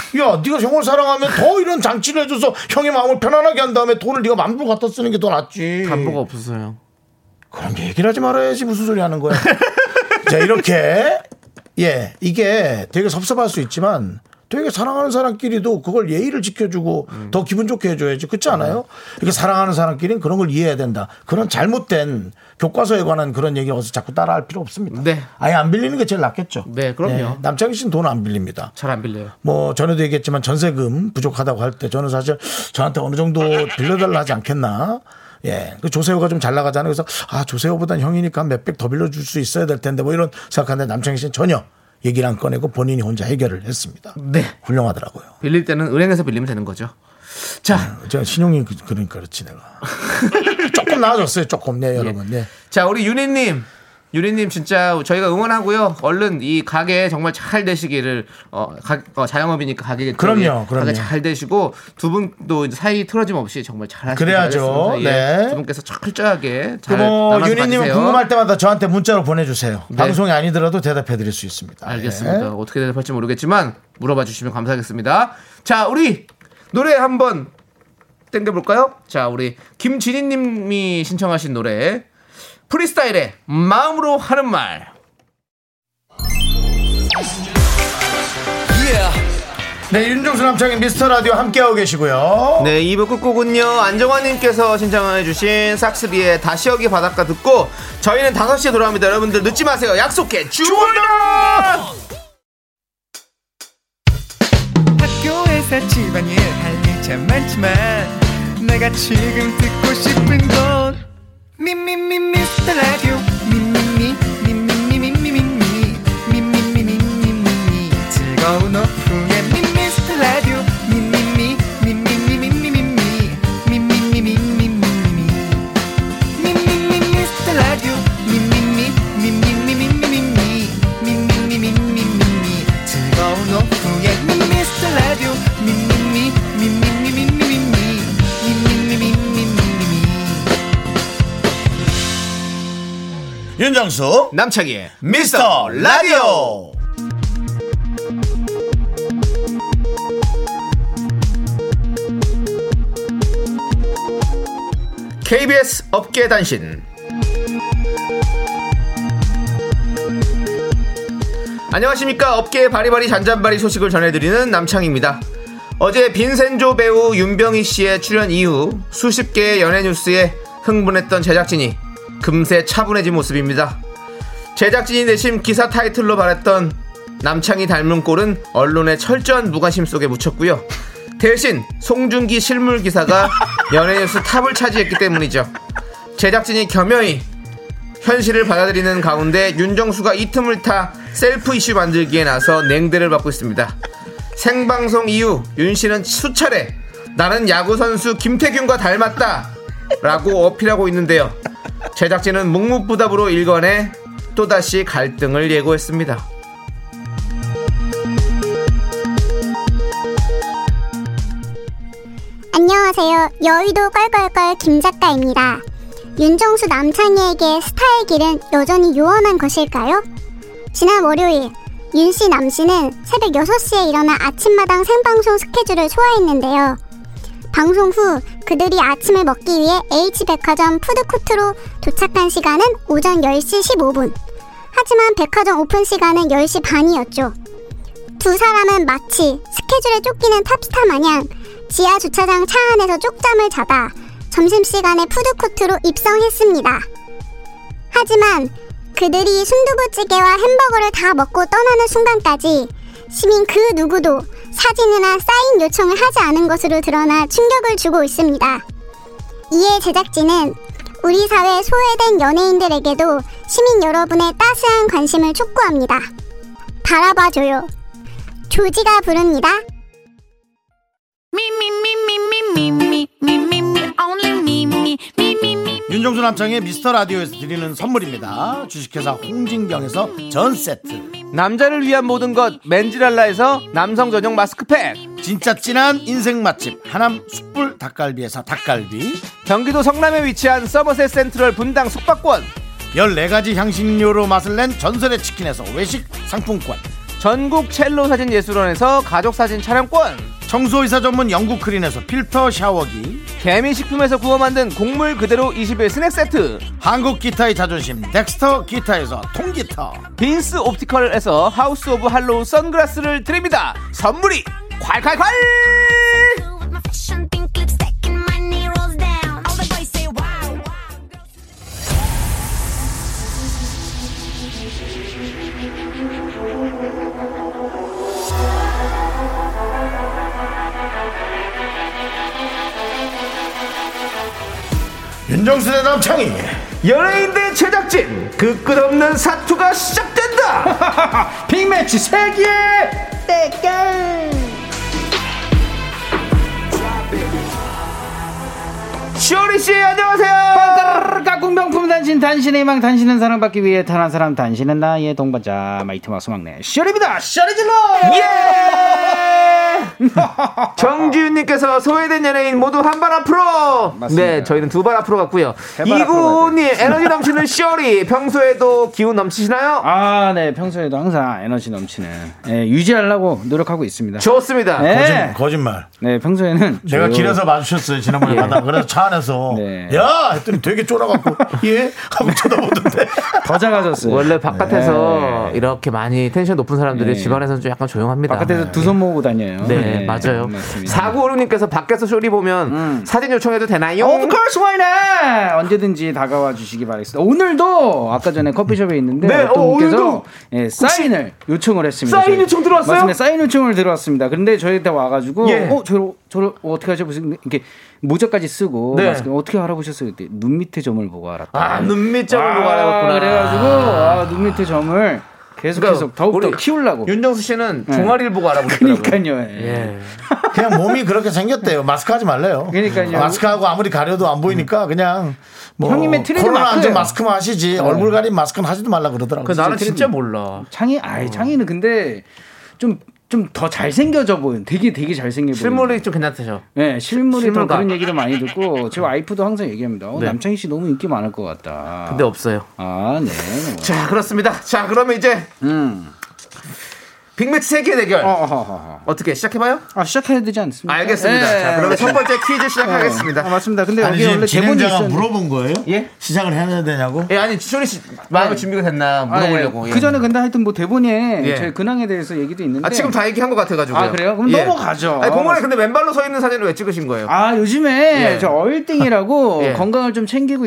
네가 형을 사랑하면 더 이런 장치를 해줘서 형의 마음을 편안하게 한 다음에 돈을 네가 만불 갖다 쓰는 게 더 낫지.
담보가 없었어요.
그런 얘기를 하지 말아야지 무슨 소리 하는 거야. 자 이렇게 예 이게 되게 섭섭할 수 있지만 되게 사랑하는 사람끼리도 그걸 예의를 지켜주고 더 기분 좋게 해줘야지 그렇지 않아요? 이렇게 사랑하는 사람끼리는 그런 걸 이해해야 된다. 그런 잘못된 교과서에 관한 그런 얘기 어서 자꾸 따라할 필요 없습니다.
네.
아예 안 빌리는 게 제일 낫겠죠. 예,
네, 그럼요.
남창희 씨는 돈 안 빌립니다.
잘 안 빌려요.
뭐 전에도 얘기했지만 전세금 부족하다고 할 때 저는 사실 저한테 어느 정도 빌려달라 하지 않겠나. 예. 그 조세호가 좀 잘 나가잖아요. 그래서 아, 조세호보단 형이니까 몇 백 더 빌려줄 수 있어야 될 텐데 뭐 이런 생각하는데 남창희 씨는 전혀 얘기를 안 꺼내고 본인이 혼자 해결을 했습니다.
네.
훌륭하더라고요.
빌릴 때는 은행에서 빌리면 되는 거죠. 자,
제가 신용이 그- 그러니까 그렇지 내가. 조금 나아졌어요. 조금.
예.
네, 여러분. 네.
자 우리 윤희님, 윤희님 진짜 저희가 응원하고요. 얼른 이 가게 정말 잘 되시기를 어, 가, 어, 자영업이니까 가게
그럼요, 그럼요.
가게 잘 되시고 두 분도 이제 사이 틀어짐 없이 정말 잘 하시길
그래야죠.
바라겠습니다. 예,
네.
두 분께서 철저하게 잘
뭐
나눠서
윤희님은
가세요.
궁금할 때마다 저한테 문자로 보내주세요.
네.
방송이 아니더라도 대답해드릴 수 있습니다.
알겠습니다.
예.
어떻게 대답할지 모르겠지만 물어봐 주시면 감사하겠습니다. 자, 우리 노래 한번 땡겨 볼까요? 자, 우리 김진희 님이 신청하신 노래 프리스타일의 마음으로 하는 말.
네, 윤종수 남창의 미스터 라디오 함께하고 계시고요.
네, 2부 끝곡은요. 안정환 님께서 신청해 주신 싹스비의 다시 여기 바닷가 듣고 저희는 5시에 돌아옵니다. 여러분들 늦지 마세요. 약속해. 주원아!
학교에서 집안일 할 일 참 많지만 내가 지금 듣고 싶은 건 미미미 미스터 라디오 미미미 미미미 미미미 미미미 미미미 즐거운 오후에 미스터 라디오 미미미 미미미 미미미 미미미 미미미 미미미 미스터 라디오 미미미 미미미 미미미 미미미 미미미 즐거운 오후에 미스터 라디오 미미미 미미미 미미미 미미미 미미미
윤정수
남창희의
미스터 라디오
KBS 업계 단신. 안녕하십니까. 업계의 바리바리 잔잔바리 소식을 전해드리는 남창입니다. 어제 빈센조 배우 윤병희 씨의 출연 이후 수십 개의 연예 뉴스에 흥분했던 제작진이 금세 차분해진 모습입니다. 제작진이 내심 기사 타이틀로 말했던 남창희 닮은 꼴은 언론의 철저한 무관심 속에 묻혔고요. 대신 송중기 실물 기사가 연예뉴스 탑을 차지했기 때문이죠. 제작진이 겸허히 현실을 받아들이는 가운데 윤정수가 이 틈을 타 셀프 이슈 만들기에 나서 냉대를 받고 있습니다. 생방송 이후 윤 씨는 수차례 나는 야구 선수 김태균과 닮았다 라고 어필하고 있는데요. 제작진은 묵묵부답으로 일관해 또다시 갈등을 예고했습니다.
안녕하세요. 여의도 껄껄껄 김 작가입니다. 윤정수 남창희에게 스타의 길은 여전히 요원한 것일까요? 지난 월요일 윤씨 남씨는 새벽 6시에 일어나 아침마당 생방송 스케줄을 소화했는데요. 방송 후 그들이 아침을 먹기 위해 H백화점 푸드코트로 도착한 시간은 오전 10시 15분. 하지만 백화점 오픈 시간은 10시 반이었죠. 두 사람은 마치 스케줄에 쫓기는 탑스타 마냥 지하 주차장 차 안에서 쪽잠을 자다 점심시간에 푸드코트로 입성했습니다. 하지만 그들이 순두부찌개와 햄버거를 다 먹고 떠나는 순간까지 시민 그 누구도 사진이나 사인 요청을 하지 않은 것으로 드러나 충격을 주고 있습니다. 이에 제작진은 우리 사회 소외된 연예인들에게도 시민 여러분의 따스한 관심을 촉구합니다. 바라봐줘요. 조지가 부릅니다.
윤종수 남창의 미스터 라디오에서 드리는 선물입니다. 주식회사 홍진경에서 전 세트.
남자를 위한 모든 것 맨지랄라에서 남성 전용 마스크팩
진짜 진한 인생 맛집 하남 숯불 닭갈비에서 닭갈비.
경기도 성남에 위치한 서머셋 센트럴 분당 숙박권
14가지 향신료로 맛을 낸 전설의 치킨에서 외식 상품권.
전국 첼로 사진 예술원에서 가족 사진 촬영권
청소이사 전문 영국 크린에서 필터 샤워기.
개미식품에서 구워 만든 곡물 그대로 21 스낵 세트
한국 기타의 자존심 덱스터 기타에서 통기타.
빈스 옵티컬에서 하우스 오브 할로우 선글라스를 드립니다 선물이 콸콸콸
윤정수 대 남창희.
연예인 대 제작진 그 끝없는 사투가 시작된다 빅매치 세계 시오리 씨 안녕하세요
깍꿍 명품 단신 단신의 망 단신은 사랑받기 위해 탄한 사람 단신은 나의 동반자 마이트 마스 막내 시열입니다 시열이질러
예! 정지윤님께서 소외된 연예인 모두 한 발 앞으로.
맞습니다.
네, 저희는 두 발 앞으로 갔고요.
발 앞으로 가야
이구님 에너지 넘치는 시어리 평소에도 기운 넘치시나요?
아네 평소에도 항상 에너지 넘치는 예, 유지하려고 노력하고 있습니다
좋습니다.
네,
거짓말.
네 평소에는
제가
조용-
길에서 마주쳤어요 지난번에 만나 그래서 차 안에서
예. 네.
야 했더니 되게 쫄아갖고 예 하고 쳐다보던데
더 작아졌어요
원래 바깥에서
네.
이렇게 많이 텐션 높은 사람들이
네.
집안에서는 좀 약간 조용합니다.
아, 바깥에서 두 손 모으고 다녀요
네, 맞아요.
맞습니다.
사구오륙님께서 밖에서 쇼리 보면
음.
사진 요청해도 되나요?
어, Of course, why not? 언제든지 다가와 주시기 바라겠습니다. 오늘도 아까 전에 커피숍에 있는데
네,
어떤
어,
분께서
오늘도
예, 사인을 요청을 했습니다.
사인
저희.
요청 들어왔어요?
맞습니다. 사인 요청을 들어왔습니다. 그런데 저희한테 와가지고
예.
어, 저를 저를 어떻게 하죠? 무슨 이렇게 모자까지 쓰고
네.
마스크 어떻게 알아보셨어요? 그때 눈 밑에 점을 보고 알았다.
아, 눈 밑점을
아,
보고 알아봤구나.
그래가지고 아, 눈 밑에 점을 계속
그러니까
계속 더욱 더
우리
키우려고.
윤정수 씨는
네.
종아리를 보고 알아보더라고요.
그러니까요. 예.
예.
그냥 몸이 그렇게 생겼대요 마스크 하지 말래요
그러니까요. 음.
마스크하고 아무리 가려도 안 보니까 그냥 뭐
형님의 트레이드
코로나 안전
마크예요. 네.
마스크만 하시지 얼굴 가린 마스크는 하지도 말라
그
그러더라고요
나는 진짜 몰라.
창이 아이 창이는 근데 좀 좀 더 잘생겨져 보이는 되게 되게 잘생겨 보이는
실물이 좀 괜찮으셔.
네, 실물이 또
실물가.
그런 얘기도 많이 듣고 제 와이프도 항상 얘기합니다. 어,
네.
남창희 씨 너무 인기 많을 것 같다.
근데 없어요.
아, 네.
자 그렇습니다. 자 그러면 이제
음.
빅매치 세계 대결
어, 허허허.
어. 떻게 시작해봐요?
아, 시작해야 되지 않습니까?
알겠습니다.
예.
자 그러면 첫 번째 퀴즈 시작하겠습니다.
아, 맞습니다. 근데
아니
여기
지금
원래 대본이
진행자가
있었는데.
물어본 거예요
예?
시작을 해야 되냐고
예 아니 지철이 씨 마음의 준비가 됐나 물어보려고. 예.
네. 그 전에 근데 하여튼 뭐 대본에
예.
저희 근황에 대해서 얘기도 있는데.
아 지금 다 얘기한 것 같아가지고요. 예.
아, 그래요? 그럼 넘어가죠.
아니 공원에
맞습니다.
근데 맨발로 서 있는 사진을 왜 찍으신 거예요?
아 요즘에
예.
저 얼띵이라고
예.
건강을 좀 챙기고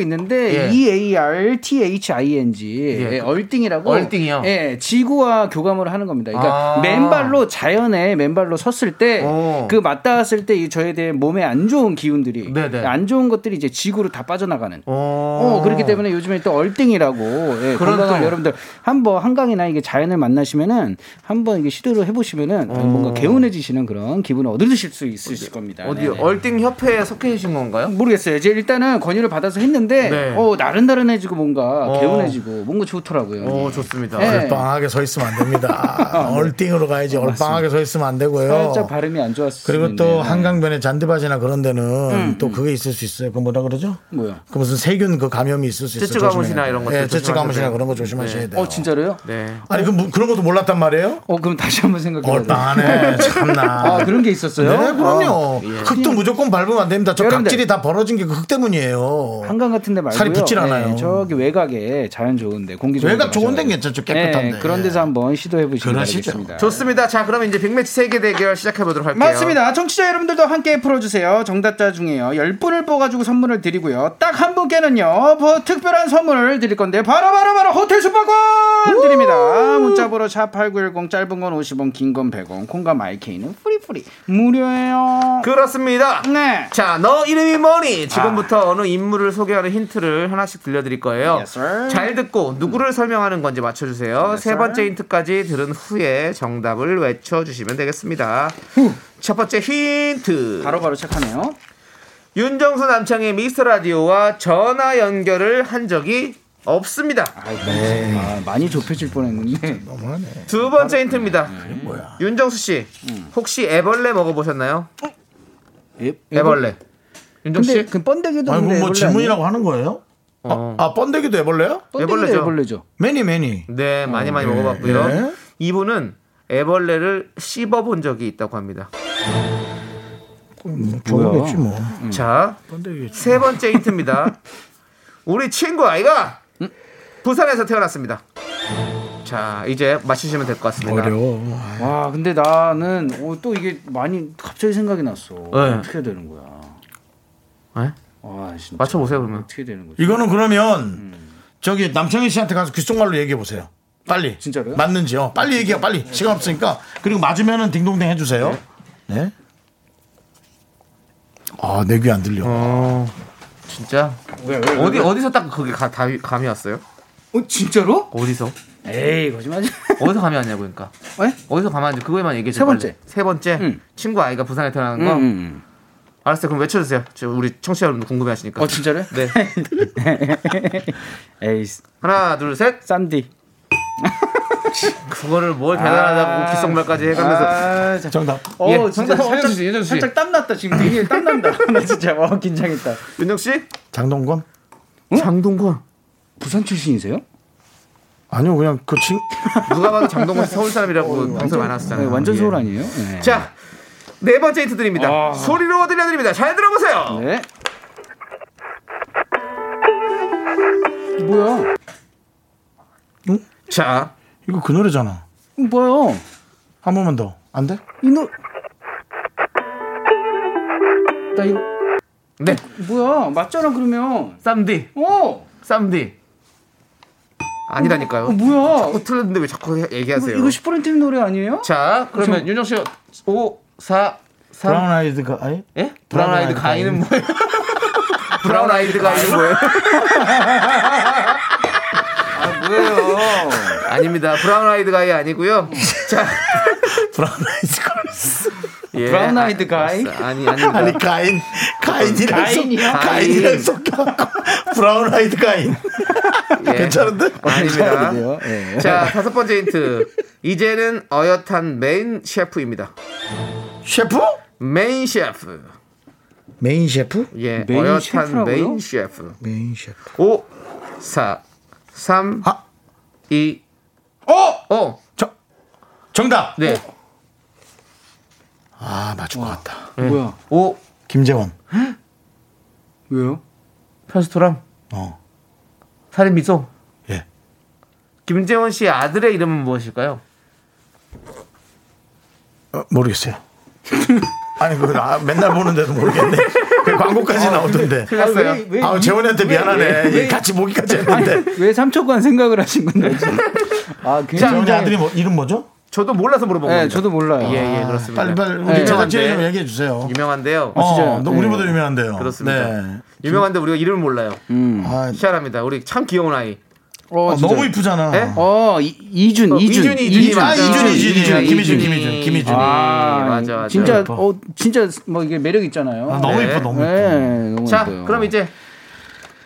예.
있는데 E A R T H I N G
예.
얼띵이라고
얼띵이요?
예 지구와 교감을 하는 겁니다. 그러니까
아.
맨발로 자연에 맨발로 섰을 때
오.
그 맞닿았을 때이 저에 대해 몸에 안 좋은 기운들이
네네.
안 좋은 것들이 이제 지구로 다 빠져나가는.
어,
어, 그렇기 때문에 요즘에 또 얼띵이라고 예,
그런
건강을
또-
여러분들 한번 한강이나 이게 자연을 만나시면은 한번 이게 시도를 해보시면은 뭔가 개운해지시는 그런 기분을 얻으실 수 있으실 겁니다.
어디 요
네네.
얼띵 협회에 속해 계신 건가요?
모르겠어요. 이제 일단은 권유를 받아서 했는데
네.
어 나른나른해지고 뭔가
어.
어,
개운해지고 뭔가 좋더라고요. 네.
오 어, 좋습니다.
예. 아,
빵하게 서 있으면 안 됩니다. 얼 얼띵으로 가야지 얼빵하게 서 있으면 안 되고요.
네. 살짝 발음이 안 좋았을
그리고
수
또
있는데. 네.
한강변에 잔디밭이나 그런 데는
음,
또 그게 있을 수 있어요. 그 뭐라 그러죠?
뭐요?
그 무슨 세균 그 감염이 있을 수 있어요.
쯔쯔 가뭄이나
조심해야
이런
돼요.
것들
예, 쯔쯔
조심하셔야
가뭄이나
돼요.
그런 거 조심하셔야
네.
돼요.
어 진짜로요?
네.
아니 그 뭐- 그런 것도 몰랐단 말이에요?
어 그럼 다시 한번 생각해 봐요.
얼빵하네 참나.
아 그런 게 있었어요?
네,
아,
그럼요.
예.
흙도 무조건 밟으면 안 됩니다. 저
여러분들.
각질이 다 벌어진 게 그 흙 때문이에요.
한강 같은 데 말고요.
살이 붙질
네,
않아요.
저기 외곽에 자연 좋은데 공기 좋은
외곽
데
좋은 데는
가셔야
괜찮죠. 깨끗한데.
네, 그런 데서 한번 시도해 보시면
그러시죠.
되겠습니다.
좋습니다. 자, 그럼 이제 빅매치 세계 대결 시작해 보도록 할게요.
맞습니다. 청취자 여러분들도 함께 풀어주세요. 정답자 중에요. 10분을 뽑아주고 선물을 드리고요. 딱 한 분께는요. 뭐 특별한 선물을 드릴 건데 바로 바로 바로 호텔 숙박권 드립니다. 문자번호 샵8910 짧은 건 50원 긴 건 100원 콩과 마이케이는 프리프리 무료예요.
그렇습니다.
네.
자, 너 이름이 뭐니? 지금부터 어느 인물을 소개하는 힌트를 하나씩 들려드릴 거예요.
아. Yes, sir.
잘 듣고 누구를 설명하는 건지 맞춰주세요. 세
sir.
번째 힌트까지 들은 후에 정답을 외쳐주시면 되겠습니다. 첫 번째 힌트.
바로바로 체크하네요.
윤정수 남창의 미스터 라디오와 전화 연결을 한 적이 없습니다.
네.
아, 많이 좁혀질 뻔했는데. 네.
두 번째 힌트입니다. 윤정수 씨, 혹시 애벌레 먹어보셨나요?
음. 애-
애벌레. 윤정수
근데
씨,
그 번데기도
아니
근데
그럼 뭐
애벌레
질문이라고 하는 거예요?
어.
아 번데기도 해볼래요?
아니에요? 번데기도
애벌레죠.
애벌레죠.
매니 매니.
네, 많이 많이 먹어봤고요.
네.
이분은 애벌레를 씹어본 적이 있다고 합니다. 음,
좋겠지 뭐.
자,
번데기겠지.
세 번째 힌트입니다. 우리 친구 아이가 부산에서 태어났습니다. 자, 이제 맞추시면 될 것 같습니다.
어려워.
와 아, 근데 나는 어, 또 이게 많이 갑자기 생각이 났어. 어떻게 해야 되는 거야?
네?
와 진짜
맞춰보세요, 그러면.
어떻게 되는 거지?
이거는 그러면
음.
저기 남창희 씨한테 가서 귓속말로 얘기해 보세요. 빨리.
진짜로요? 네.
맞는지요? 빨리 얘기해 빨리. 시간 없으니까. 그리고 맞으면은 딩동댕 해주세요. 네. 아 내 귀 안 들려.
어, 진짜? 어디, 어디서 딱 그게 가, 다- 감이 왔어요?
어 진짜로?
어디서?
에이 거짓말이야.
어디서 감이 왔냐고, 그러니까.
에?
어디서 감이 왔는지 그거에만 얘기해주세요.
세 번째.
세 번째.
응.
친구 아이가 부산에 태어난 거. 알았어요. 그럼 외쳐주세요. 저 우리 청취자 여러분 궁금해 하시니까.
어 진짜로요?
네.
에이
하나, 둘, 셋.
쌈디.
그거를 뭘 대단하다고 기성말까지 해가면서.
아, 자.
정답.
어
예,
진짜
정답
살짝,
윤정수 씨, 윤정수 씨.
살짝 땀 났다 지금 되게 땀 난다. 나 진짜 와 긴장했다.
윤정 씨?
장동건?
장동건.
부산 출신이세요?
아니요 그냥 그 친.
누가 봐도 장동건 씨 서울 사람이라고 방송 많이
네,
하셨잖아요.
완전
예.
서울 아니에요? 네.
자, 네 번째 힌트 드립니다.
아.
소리로 들려드립니다. 잘 들어보세요.
네. 이게 뭐야?
자,
이거 그 노래잖아.
이거 뭐야?
한 번만 더. 안 돼?
음.
이 노. 나 이거
네.
뭐야? 맞잖아 그러면.
쌈디,
어.
쌈디. 아니라니까요.
어 뭐야?
자꾸 틀렸는데 왜 자꾸 해- 얘기하세요?
이거 슈퍼렌팀 노래 아니에요?
자, 그러면 어, 윤정 씨, 5, 4, 3.
브라운 아이드 가 아이?
예? 브라운 아이드 가이는 뭐예요? 브라운 아이드 가이는 뭐예요?
아, 뭐예요?
아닙니다. 브라운 아이드 가이 아니고요. 자,
브라운 아이드 가
예.
브라운 아이드 가이?
아, 아니 아닙니다.
아니 가인 가인이랑
가인이요?
섞- 가인이랑 섞여갖고 브라운 아이드 가인
예.
괜찮은데?
아닙니다.
돼요? 예.
자, 다섯 번째 힌트. 이제는 어엿한 메인 셰프입니다.
셰프?
메인 셰프.
메인 셰프?
예.
메인
어엿한
셰프라고요?
메인 셰프.
메인 셰프.
5 4 3
아.
2
어
어.
정 정답.
네.
아 맞을 것 같다.
뭐야?
5
김재원.
왜요?
편스토랑
어.
살인 미소.
예.
김재원 씨 아들의 이름은 무엇일까요?
어, 모르겠어요. 아니 그 아, 맨날 보는데도 모르겠네. 그 광고까지 나오던데.
틀렸어요
왜,
아
이-
재원이한테 미안하네.
왜-
같이 보기까지 했는데.
왜 3초간 생각을 하신 건데? 지금? 아,
재원이 아들이
굉장히.
뭐, 이름 뭐죠?
네, 저도 몰라서 물어본
예,
겁니다.
저도 몰라요.
예, 예, 그렇습니다.
빨리 빨리
네.
우리 제작진 좀 얘기해 주세요.
유명한데요.
어,
진짜요?
너
네.
우리보다 유명한데요.
그렇습니다.
네.
유명한데 우리가 이름을 몰라요.
음.
아,
희한합니다. 우리 참 귀여운 아이.
어,
아,
진짜요?
너무 이쁘잖아.
네?
어, 이, 이준,
어,
이준.
이준이, 이준이
아,
맞아.
이준, 이준,
이준이,
이준.
이준이,
김희준,
이준이.
김희준, 김희준.
아, 맞아, 맞아.
진짜,
예뻐.
어, 진짜 뭐 이게 매력 있잖아요.
아, 너무
네.
이뻐, 너무 이뻐.
네, 너무
자,
예뻐요.
그럼 이제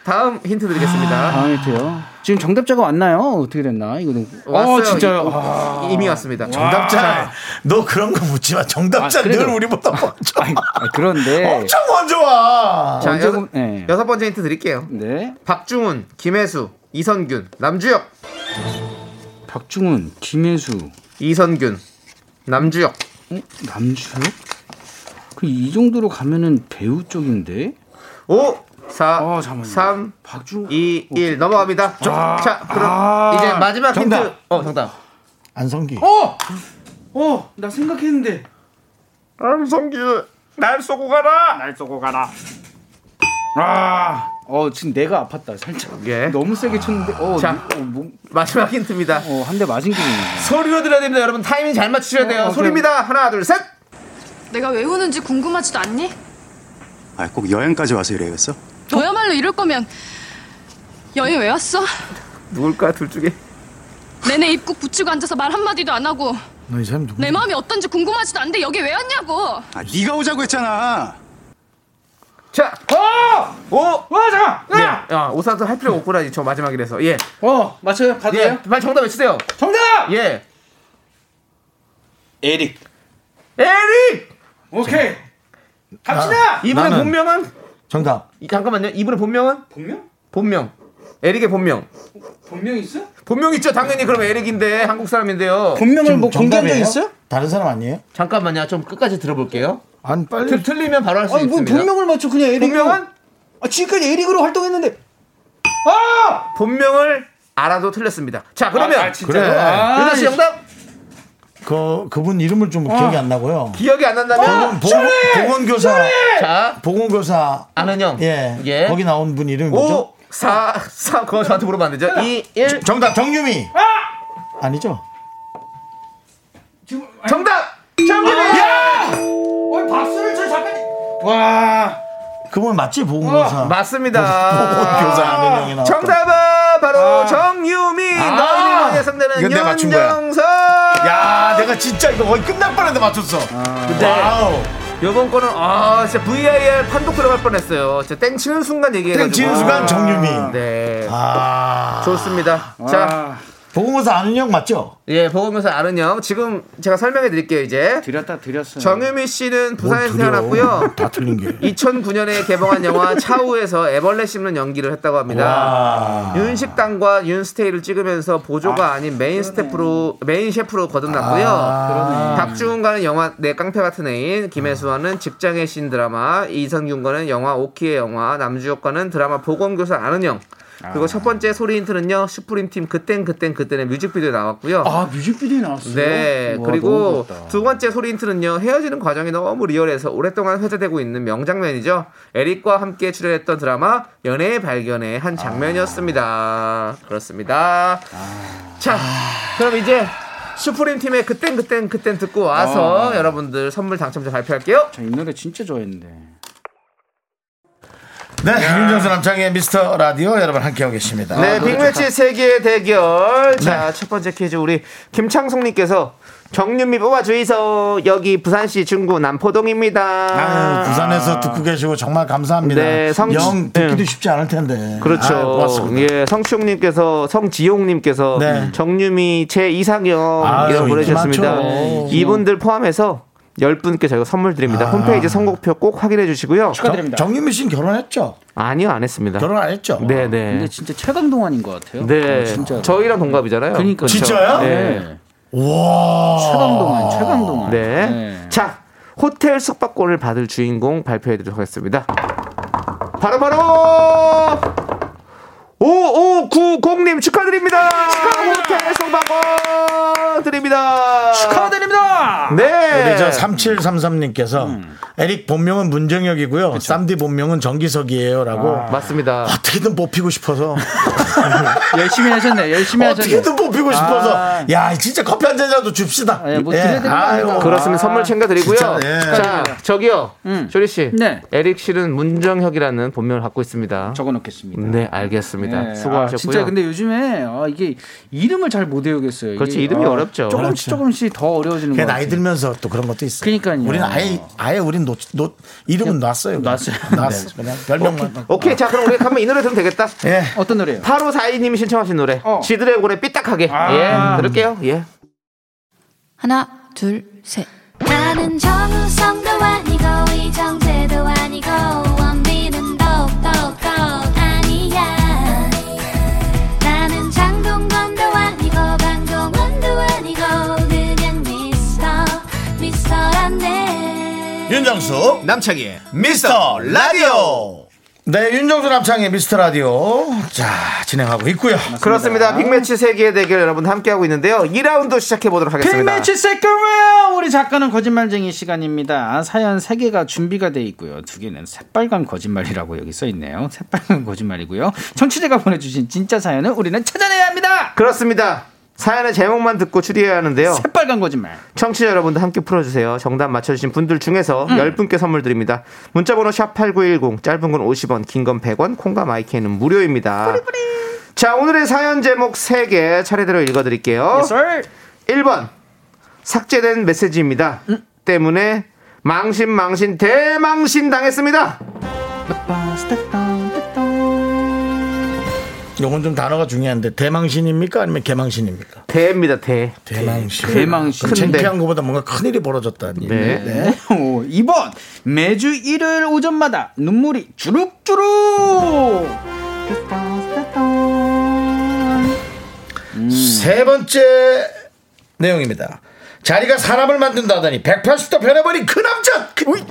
다음 힌트 드리겠습니다.
다음 힌트요. 지금 정답자가 왔나요? 어떻게 됐나? 이거는.
왔어요.
어, 진짜요.
이-
아.
이미 왔습니다.
정답자, 너 그런 거 묻지 마. 정답자
아, 그래도-
늘 우리보다 먼저.
아이, 아, 그런데.
엄청 먼저 와.
자,
언제
여섯,
보- 네.
여섯 번째 힌트 드릴게요.
네.
박중훈, 김혜수, 이선균, 남주혁,
박중훈, 김혜수,
이선균, 남주혁.
어? 남주혁? 그 이 정도로 가면은 배우 쪽인데.
5, 4,
어, 잠깐만요. 아.
3,
박중훈.
2, 1 넘어갑니다. 자, 그럼 이제 마지막 힌트. 어, 정답.
안성기.
어! 어, 나 생각했는데.
남성규.
날 쏘고 가라. 날 쏘고 가라.
아, 네? 어 지금 내가 아팠다 살짝.
예.
너무 세게 쳤는데. 어,
자.
어, 뭐,
마지막 힌트입니다.
어, 한 대 맞은 기분이네.
소리로 들어야 됩니다, 여러분. 타이밍 잘 맞추셔야 돼요.
어, 어,
소리입니다. 하나, 둘, 셋.
내가 왜 우는지 궁금하지도 않니?
아, 꼭 여행까지 와서 이래야겠어?
너야말로 이럴 거면 여행 왜 왔어?
누굴까? 둘 중에.
내내 입국 붙이고 앉아서 말 한마디도 안 하고
너이 사람 누구?
네,
내 마음이 어떤지 궁금하지도 않은데 여기 왜 왔냐고
아, 네가 오자고 했잖아.
자,
어!
오.
와 잠깐.
네.
야!
아, 오사도 할 필요 없구나. 이제 저 마지막이라서. 예.
어 맞춰요. 가도
예.
돼요?
빨리 정답 외치세요.
정답.
예.
에릭.
에릭!
오케이. 아. 갑시다.
이분의
나는-
본명은?
정답.
이- 잠깐만요. 이분의 본명은?
본명?
본명. 에릭의 본명.
본명 있어?
본명 있죠, 당연히. 그럼 에릭인데, 한국 사람인데요.
본명을 뭐 공개한 적
정답이에요?
있어?
다른 사람 아니에요?
잠깐만요. 좀 끝까지 들어볼게요.
안 빨리.
틀, 틀리면 바로 할 수
아니 뭐
있습니다.
본명을 맞춰 그냥 에릭.
본명은?
아 지금까지 에릭으로 활동했는데.
본명을 알아도 틀렸습니다. 자, 그러면.
아,
그래.
윤아 씨 정답?
그 그분 이름을 좀
어.
기억이 안 나고요.
기억이 안 난다면?
보건, 보건교사.
자,
보건교사.
아는 형.
예. 거기 나온 분 이름이 뭐죠?
5, 4, 3. 그거 저한테 물어보면 안 되죠? 2, 1.
정답 정유미. 아니죠?
정답!
어 박수를 쳐 잠깐. 와.
그분 어, 맞지 보건교사. 뭐, 보건교사
맞습니다.
아는 형이 나왔던. 아.
정답은 바로 정유미 너희를 위해 성대는
이건 내가 맞춘 거야.
윤정선
야, 아, 내가 진짜 이거 거의 끝날 뻔했는데 맞췄어.
근데
와우.
요번 거는 아 진짜 VIR 판독 들어갈 뻔했어요 진짜 땡 치는 순간 얘기해가지고
땡 치는 순간 정유미.
네
아.
좋습니다
자
보건교사 아는 형 맞죠?
자예 보건교사 아는 형 지금 제가 설명해 드릴게요 이제
드렸다 드렸어.
정유미 씨는 부산에서
뭘 두려워.
태어났고요
다 틀린 게.
2009년에 개봉한 영화 차우에서 애벌레 씹는 연기를 했다고 합니다
와.
윤식당과 윤스테이를 찍으면서 보조가 아, 닌 메인 스태프로 메인 셰프로 거듭났고요. 박주훈과는 영화 내 깡패 같은 애인, 김혜수와는 직장의 신 드라마, 이선균과는 영화 오키의 영화, 남주혁과는 드라마 보건교사 아는 형. 그리고 첫 번째 소리 힌트는요 슈프림 팀 그땐 그땐 그땐의 뮤직비디오에 나왔고요.
아 뮤직비디오 나왔어.
네
와, 너무
그리고
부럽다.
두 번째 소리 힌트는요 헤어지는 과정이 너무 리얼해서 오랫동안 회자되고 있는 명장면이죠 에릭과 함께 출연했던 드라마 연애의 발견의 한 장면이었습니다 그렇습니다
아.
자 그럼 이제 슈프림 팀의 그땐 그땐 그땐 듣고
어.
와서 여러분들 선물 당첨자 발표할게요
저 이 노래 진짜 좋아했는데.
네, 윤정수 남창의 미스터 라디오 여러분 함께하고 계십니다. 네.
네, 빅매치 세계 대결. 자, 첫 번째 퀴즈 우리 김창송님께서 정윤미 뽑아주이소. 여기 부산시 중구 남포동입니다.
아유, 부산에서 듣고 계시고 정말 감사합니다.
네, 성-
영 듣기도
네.
쉽지 않을 텐데.
그렇죠.
아유, 고맙습니다.
예, 성추용님께서 성지용님께서
네.
정유미 제 이상형
아유,
이런 보내주셨습니다.
인기 많죠. 네,
이분들 포함해서 10분께 저희가 선물
아.
드립니다. 홈페이지 선곡표 꼭 확인해 주시고요.
축하드립니다.
정유미 씨는 결혼했죠?
아니요, 안 했습니다.
결혼 안 했죠?
네, 네.
근데 진짜 최강동안인 것 같아요.
네.
진짜.
저희랑 동갑이잖아요.
그러니까요.
진짜요?
네. 아.
최강동안, 최강동안.
네. 자, 호텔 숙박권을 받을 주인공 발표해 드리도록 하겠습니다. 바로 바로 5590님 축하드립니다. 호텔 숙박권 드립니다.
축하드립니다.
네.
우리 저 3733님께서
음.
에릭 본명은 문정혁이고요. 쌈디 본명은
아.
정기석이에요라고
맞습니다.
어떻게든 뽑히고 싶어서
열심히 하셨네. 열심히 하셨네.
어떻게든 뽑히고 싶어서 야 진짜 커피 한 잔이라도 줍시다.
예, 뭐 드려야 되는 거
아유,
아닙니까?
그렇습니다.
아,
선물 챙겨 드리고요.
진짜, 예.
자, 저기요. 조리 씨.
네.
에릭 씨는 문정혁이라는 본명을 갖고 있습니다.
적어놓겠습니다.
네, 알겠습니다.
네.
수고하셨고요.
아, 진짜 근데 요즘에 아, 이게 이름을 잘 못 외우겠어요. 이게,
그렇지, 이름이
아,
어렵죠. 그렇죠.
어렵죠. 조금씩 조금씩 더 어려워지는
그게
거
나이
같아요.
들면서 또 그런 것도 있어요.
그러니까요.
우리는 아예 아예 우린 놓, 놓 이름은 놨어요. 놨어요. 놨어. 그냥 별명만.
오케이, 자 그럼 우리 한번 이 노래 들으면 되겠다.
예.
어떤 노래요?
8542님이 신청하신 노래. 지드래곤의 삐딱하게. 예, 들을게요. 예.
하나, 둘, 셋.
나는 정우성도 아니고 이정재도 아니고 원빈은 더욱더 아니야 나는 장동건도 아니고 강동원도 아니고 그냥 미스터 미스터란데
윤정수
남창희 미스터 라디오.
네, 윤정수 남창의 미스터 라디오. 자, 진행하고 있고요.
그렇습니다. 빅매치 세계의 대결 여러분 함께하고 있는데요. 2라운드 시작해 보도록 하겠습니다.
빅매치 세컨웨어 우리 작가는 거짓말쟁이 시간입니다. 아, 사연 3개가 준비가 돼 있고요. 2개는 새빨간 거짓말이라고 여기 써 있네요. 새빨간 거짓말이고요. 청취자가 보내주신 진짜 사연을 우리는 찾아내야 합니다.
그렇습니다. 사연의 제목만 듣고 추리해야 하는데요.
새빨간 거짓말.
청취자 여러분들 함께 풀어주세요. 정답 맞춰주신 분들 중에서 10분께 선물 드립니다. 문자번호 샵8910, 짧은 건 50원, 긴 건 100원, 콩과 마이크는 무료입니다. 자, 오늘의 사연 제목 3개 차례대로 읽어드릴게요.
Yes, sir.
1번, 삭제된 메시지입니다. 때문에 망신, 망신, 대망신 당했습니다. 어?
요건 좀 단어가 중요한데 대망신입니까 아니면 개망신입니까?
대입니다, 대.
대망신.
대망신.
그 창피한 것보다 뭔가 큰 일이 벌어졌다는 얘기.
네.
네.
오, 2번 매주 일요일 오전마다 눈물이 주룩주룩.
음.
세 번째 내용입니다. 자리가 사람을 만든다더니 180도 변해버린 그 남자. 그- 우이.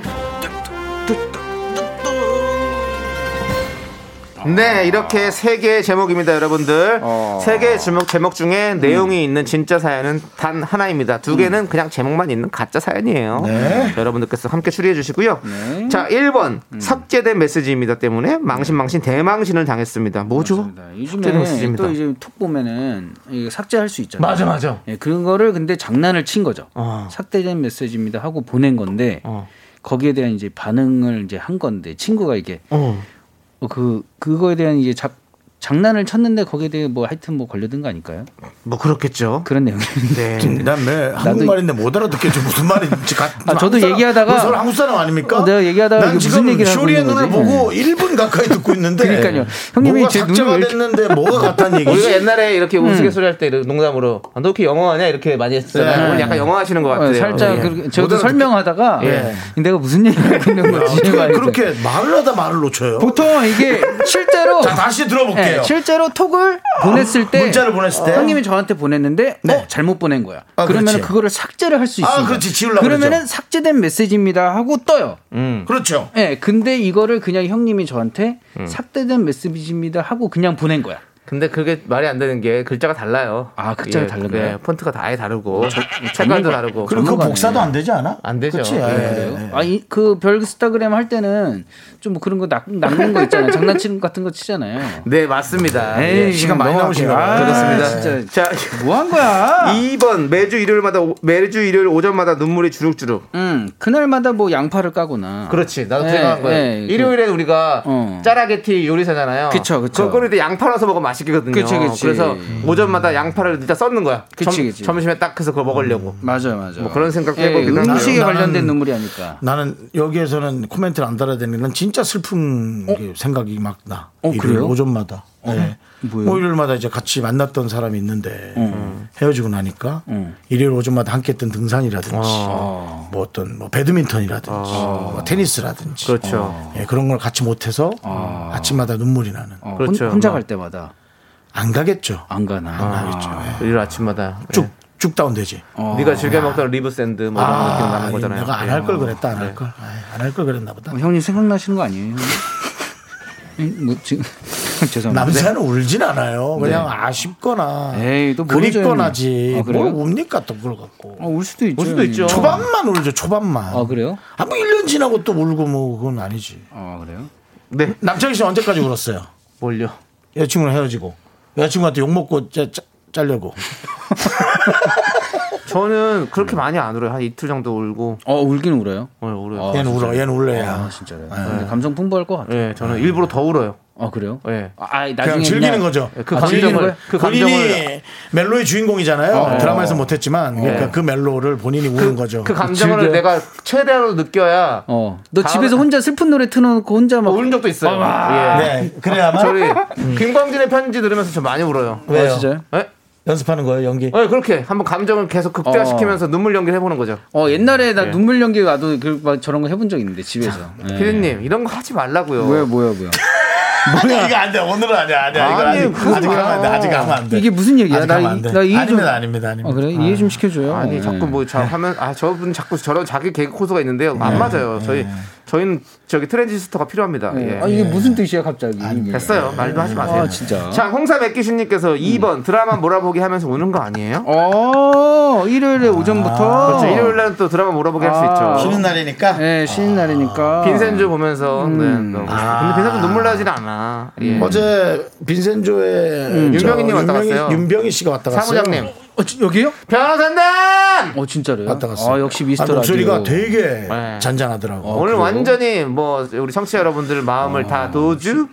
네, 이렇게 세 개의 제목입니다, 여러분들. 세 개의 제목, 제목 중에 내용이 있는 진짜 사연은 단 하나입니다. 두 개는 그냥 제목만 있는 가짜 사연이에요.
네.
여러분들께서 함께 추리해 주시고요. 자, 1번. 삭제된 메시지입니다 때문에 망신망신 대망신을 당했습니다. 뭐죠? 삭제된
네, 요즘에
메시지입니다.
또 이제 톡 보면은 이거 삭제할 수 있잖아요.
맞아 맞아.
예, 그런 거를 근데 장난을 친 거죠.
어.
삭제된 메시지입니다 하고 보낸 건데
어.
거기에 대한 이제 반응을 이제 한 건데 친구가 이게
어.
어, 그 그거에 대한 이제 작- 장난을 쳤는데 거기에 대해 뭐 하여튼 뭐 걸려든 거 아닐까요?
뭐 그렇겠죠.
그런 내용인데.
네.
난왜 한국말인데 못 알아듣겠지 무슨 말인지 가,
아,
한국
저도
사람-
얘기하다가-
우리 서로 한국 사람 아닙니까?
어, 내가 얘기하다가
난
이게 무슨
지금
얘기를 하고
쇼리의
있는
눈을
거지?
보고 1분 가까이 듣고 있는데
그러니까요. 형님이
뭐가
제 눈을
삭제가
왜 이렇게-
됐는데 뭐가 같다는
음.
우리가
얘기지?
옛날에 이렇게 우스갯소리 할 때 농담으로 아, 너 이렇게 영어하냐 이렇게 많이 했잖아요.
네.
오늘 약간 영어하시는 것
어,
같아요.
살짝
예.
그, 저도
모델은
설명하다가
예.
내가 무슨 얘기를 하고 있는
야,
건지
어떻게
아, 말해서.
그렇게 말을 하다 말을 놓쳐요.
보통 이게 실제로
자 다시 들어볼게요.
예, 실제로 톡을 보냈을 때
문자를 보냈을 때. 네.
형님이 저한테 보냈는데 어 잘못 보낸 거야.
아,
그러면
그렇지.
그거를 삭제를 할 수
아,
있어요.
그렇지. 지우려고
그러면은
그러죠.
삭제된 메시지입니다 하고 떠요.
그렇죠.
예, 근데 이거를 그냥 형님이 저한테 삭제된 메시지입니다 하고 그냥 보낸 거야.
근데 그게 말이 안 되는 게 글자가 달라요.
아, 글자가 음. 다른 거예요?
폰트가 다 아예 다르고 색깔도 다르고.
그리고 그
전문가네.
복사도 안 되지 않아?
안 되죠.
그렇지.
예,
네.
네,
아이그별 스타그램 할 때는 좀 뭐 그런 거 낚, 낚는 거 있잖아요. 장난치는 같은 거 치잖아요.
네 맞습니다. 예.
시간 많이 나오신 것
아,
같아요. 네.
그렇습니다.
진짜
자,
뭐 한 거야?
2번 매주 일요일마다 오- 매주 일요일 오전마다 눈물이 주룩주룩.
음, 그날마다 뭐 양파를 까거나.
그렇지, 나도
예,
생각한 거야.
예, 그-
일요일에 우리가
어.
짜라게티 요리사잖아요.
그쵸, 그쵸.
그거를 이제 양파 넣어서 먹으면 맛있거든요.
그치, 그치.
래서 오전마다 양파를 일단 썰는 거야.
그치, 그치.
점심에 딱 해서 그거 먹으려고.
맞아요, 맞아요.
뭐 그런 생각도
예,
해보긴 하네요.
음식에
나는-
관련된 눈물이 아닐까.
나는 여기에서는 코멘트를 안 달아야 되는 건 진짜 슬픈 게 생각이 막 나.
어,
일요일
그래요?
오전마다. 네.
뭐예요?
뭐 일요일마다 이제 같이 만났던 사람이 있는데 헤어지고 나니까 일요일 오전마다 함께 했던 등산이라든지 뭐 어떤 뭐 배드민턴이라든지 뭐 테니스라든지
그렇죠.
예, 그런 걸 같이 못해서 아침마다 눈물이 나는
어, 아.
그렇죠.
혼- 혼자
뭐.
갈 때마다
안 가겠죠.
안 가나.
가겠죠. 예.
일요일 아침마다 예.
쭉, 쭉 다운되지.
어.
네가 즐겨 먹던 리브 샌드 뭐 이런 거 기억 나는
아,
거잖아요.
내가 안
예.
할 걸 그랬다 안 할 걸. 안 할 걸 그랬나 보다.
어, 형님 생각나시는 거 아니에요? 형님? 뭐 지금 죄송합니다.
남자는 울진 않아요. 그냥 아쉽거나
네. 에이, 또 모르죠,
그립거나지.
형님. 아, 그래요?
뭘 웁니까 또 그걸 갖고.
어, 올 수도 있죠.
올 수도
형님.
있죠.
초반만 울죠. 초반만.
아 그래요?
아, 뭐 1년 지나고 또 울고 뭐 그건 아니지.
아 그래요?
네.
남창희 씨 언제까지 울었어요?
뭘요?
여자친구랑 헤어지고. 여자친구한테 욕먹고 짜, 짜, 려고
저는 그렇게 많이 안 울어요. 한 이틀 정도 울고.
어 울긴 울어요.
어 울어요.
아, 얘는 울어, 진짜요? 얘는 울래야. 아,
진짜요.
근데 감성 풍부할 것 같아요.
네, 저는 일부러 더 울어요.
아 그래요?
예.
아, 나중에
그냥 즐기는
그냥-
거죠.
예, 그
아,
감정을-
즐기는 거예요?
그
본인이
감정을-
멜로의 주인공이잖아요.
어.
드라마에서 못했지만 그러니까
네.
그 멜로를 본인이 우는 거죠.
그 감정을 내가 최대로 느껴야.
어. 너 집에서 혼자 슬픈 노래 틀어놓고 혼자 막
울은 적도 있어요. 예.
아, 음.
네, 그래야만-
저희 김광진의 편지 들으면서 저 많이 울어요.
왜요? 아,
진짜요?
예?
연습하는 거예요, 연기.
네, 그렇게 한번 감정을 계속 극대화시키면서 눈물 연기를 해보는 거죠.
어 옛날에 나
예.
눈물 연기 나도 그, 막 저런 거 해본 적 있는데 집에서. 예.
피디님 이런 거 하지 말라고요.
뭐야 뭐야 뭐야.
아니 이거 안 돼. 오늘은 아니야, 아니야. 이거
아니,
아직
그거
아직 하면 안 돼. 아직 하면 안 돼.
이게 무슨 얘기야?
아직
나,
하면
이-
안 돼.
나 이해 좀
아닙니다, 아닙니다, 아닙니다.
아, 그래 이해 좀 시켜줘요.
아니
예.
자꾸 뭐 잘 하면 아 저분 자꾸 저런 자기 개그 코드가 있는데요.
네.
안 맞아요. 저희 저희는 저기 트랜지스터가 필요합니다.
예.
예.
아 이게 무슨 뜻이야 갑자기? 이게.
됐어요. 말도 하지 마세요.
아
그러니까.
진짜.
자, 홍사 맥기신님께서
음.
2번 드라마 몰아보기 하면서 우는 거 아니에요?
어 아, 일요일에
어.
오전부터.
그렇죠. 일요일 날은 또 드라마 몰아보기 할
아.
수 있죠.
쉬는 날이니까.
예 쉬는 날이니까.
빈센조 보면서 네, 너무
음. 아. 음.
근데 빈센조 눈물 나진 않아. 예.
어제 빈센조의
음.
저
윤병희님 왔다
윤병희-
갔어요.
윤병희 씨가 왔다 갔어요.
사무장님.
어, 지- 여기요?
변호사님!
어 진짜로요?
갔다 갔어요.
아 역시 미스터
아, 목소리가
라디오.
되게
네.
잔잔하더라고.
오늘 완전히 뭐 우리 청취자 여러분들
어.
마음을 다 도주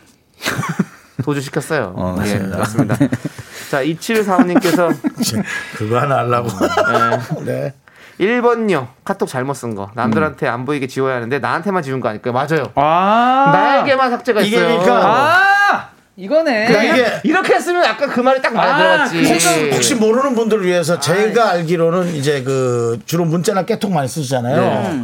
도주 시켰어요. 예, 맞습니다. 자, 2745님께서
그거 하나 하려고.
예.
네.
1번요. 카톡 잘못 쓴
음.
거. 남들한테 안 보이게 지워야 하는데 나한테만 지운 거 아닐까요? 맞아요.
아
나에게만 삭제가
이게
있어요.
그러니까-
아 이거네.
그러니까 이게
이렇게 했으면 아까 그 예. 말이 딱 맞아
아,
들어갔지.
혹시,
예.
혹시 모르는 분들을 위해서 제가 알기로는 이제 그 주로 문자나 깨톡 많이 쓰시잖아요.
예.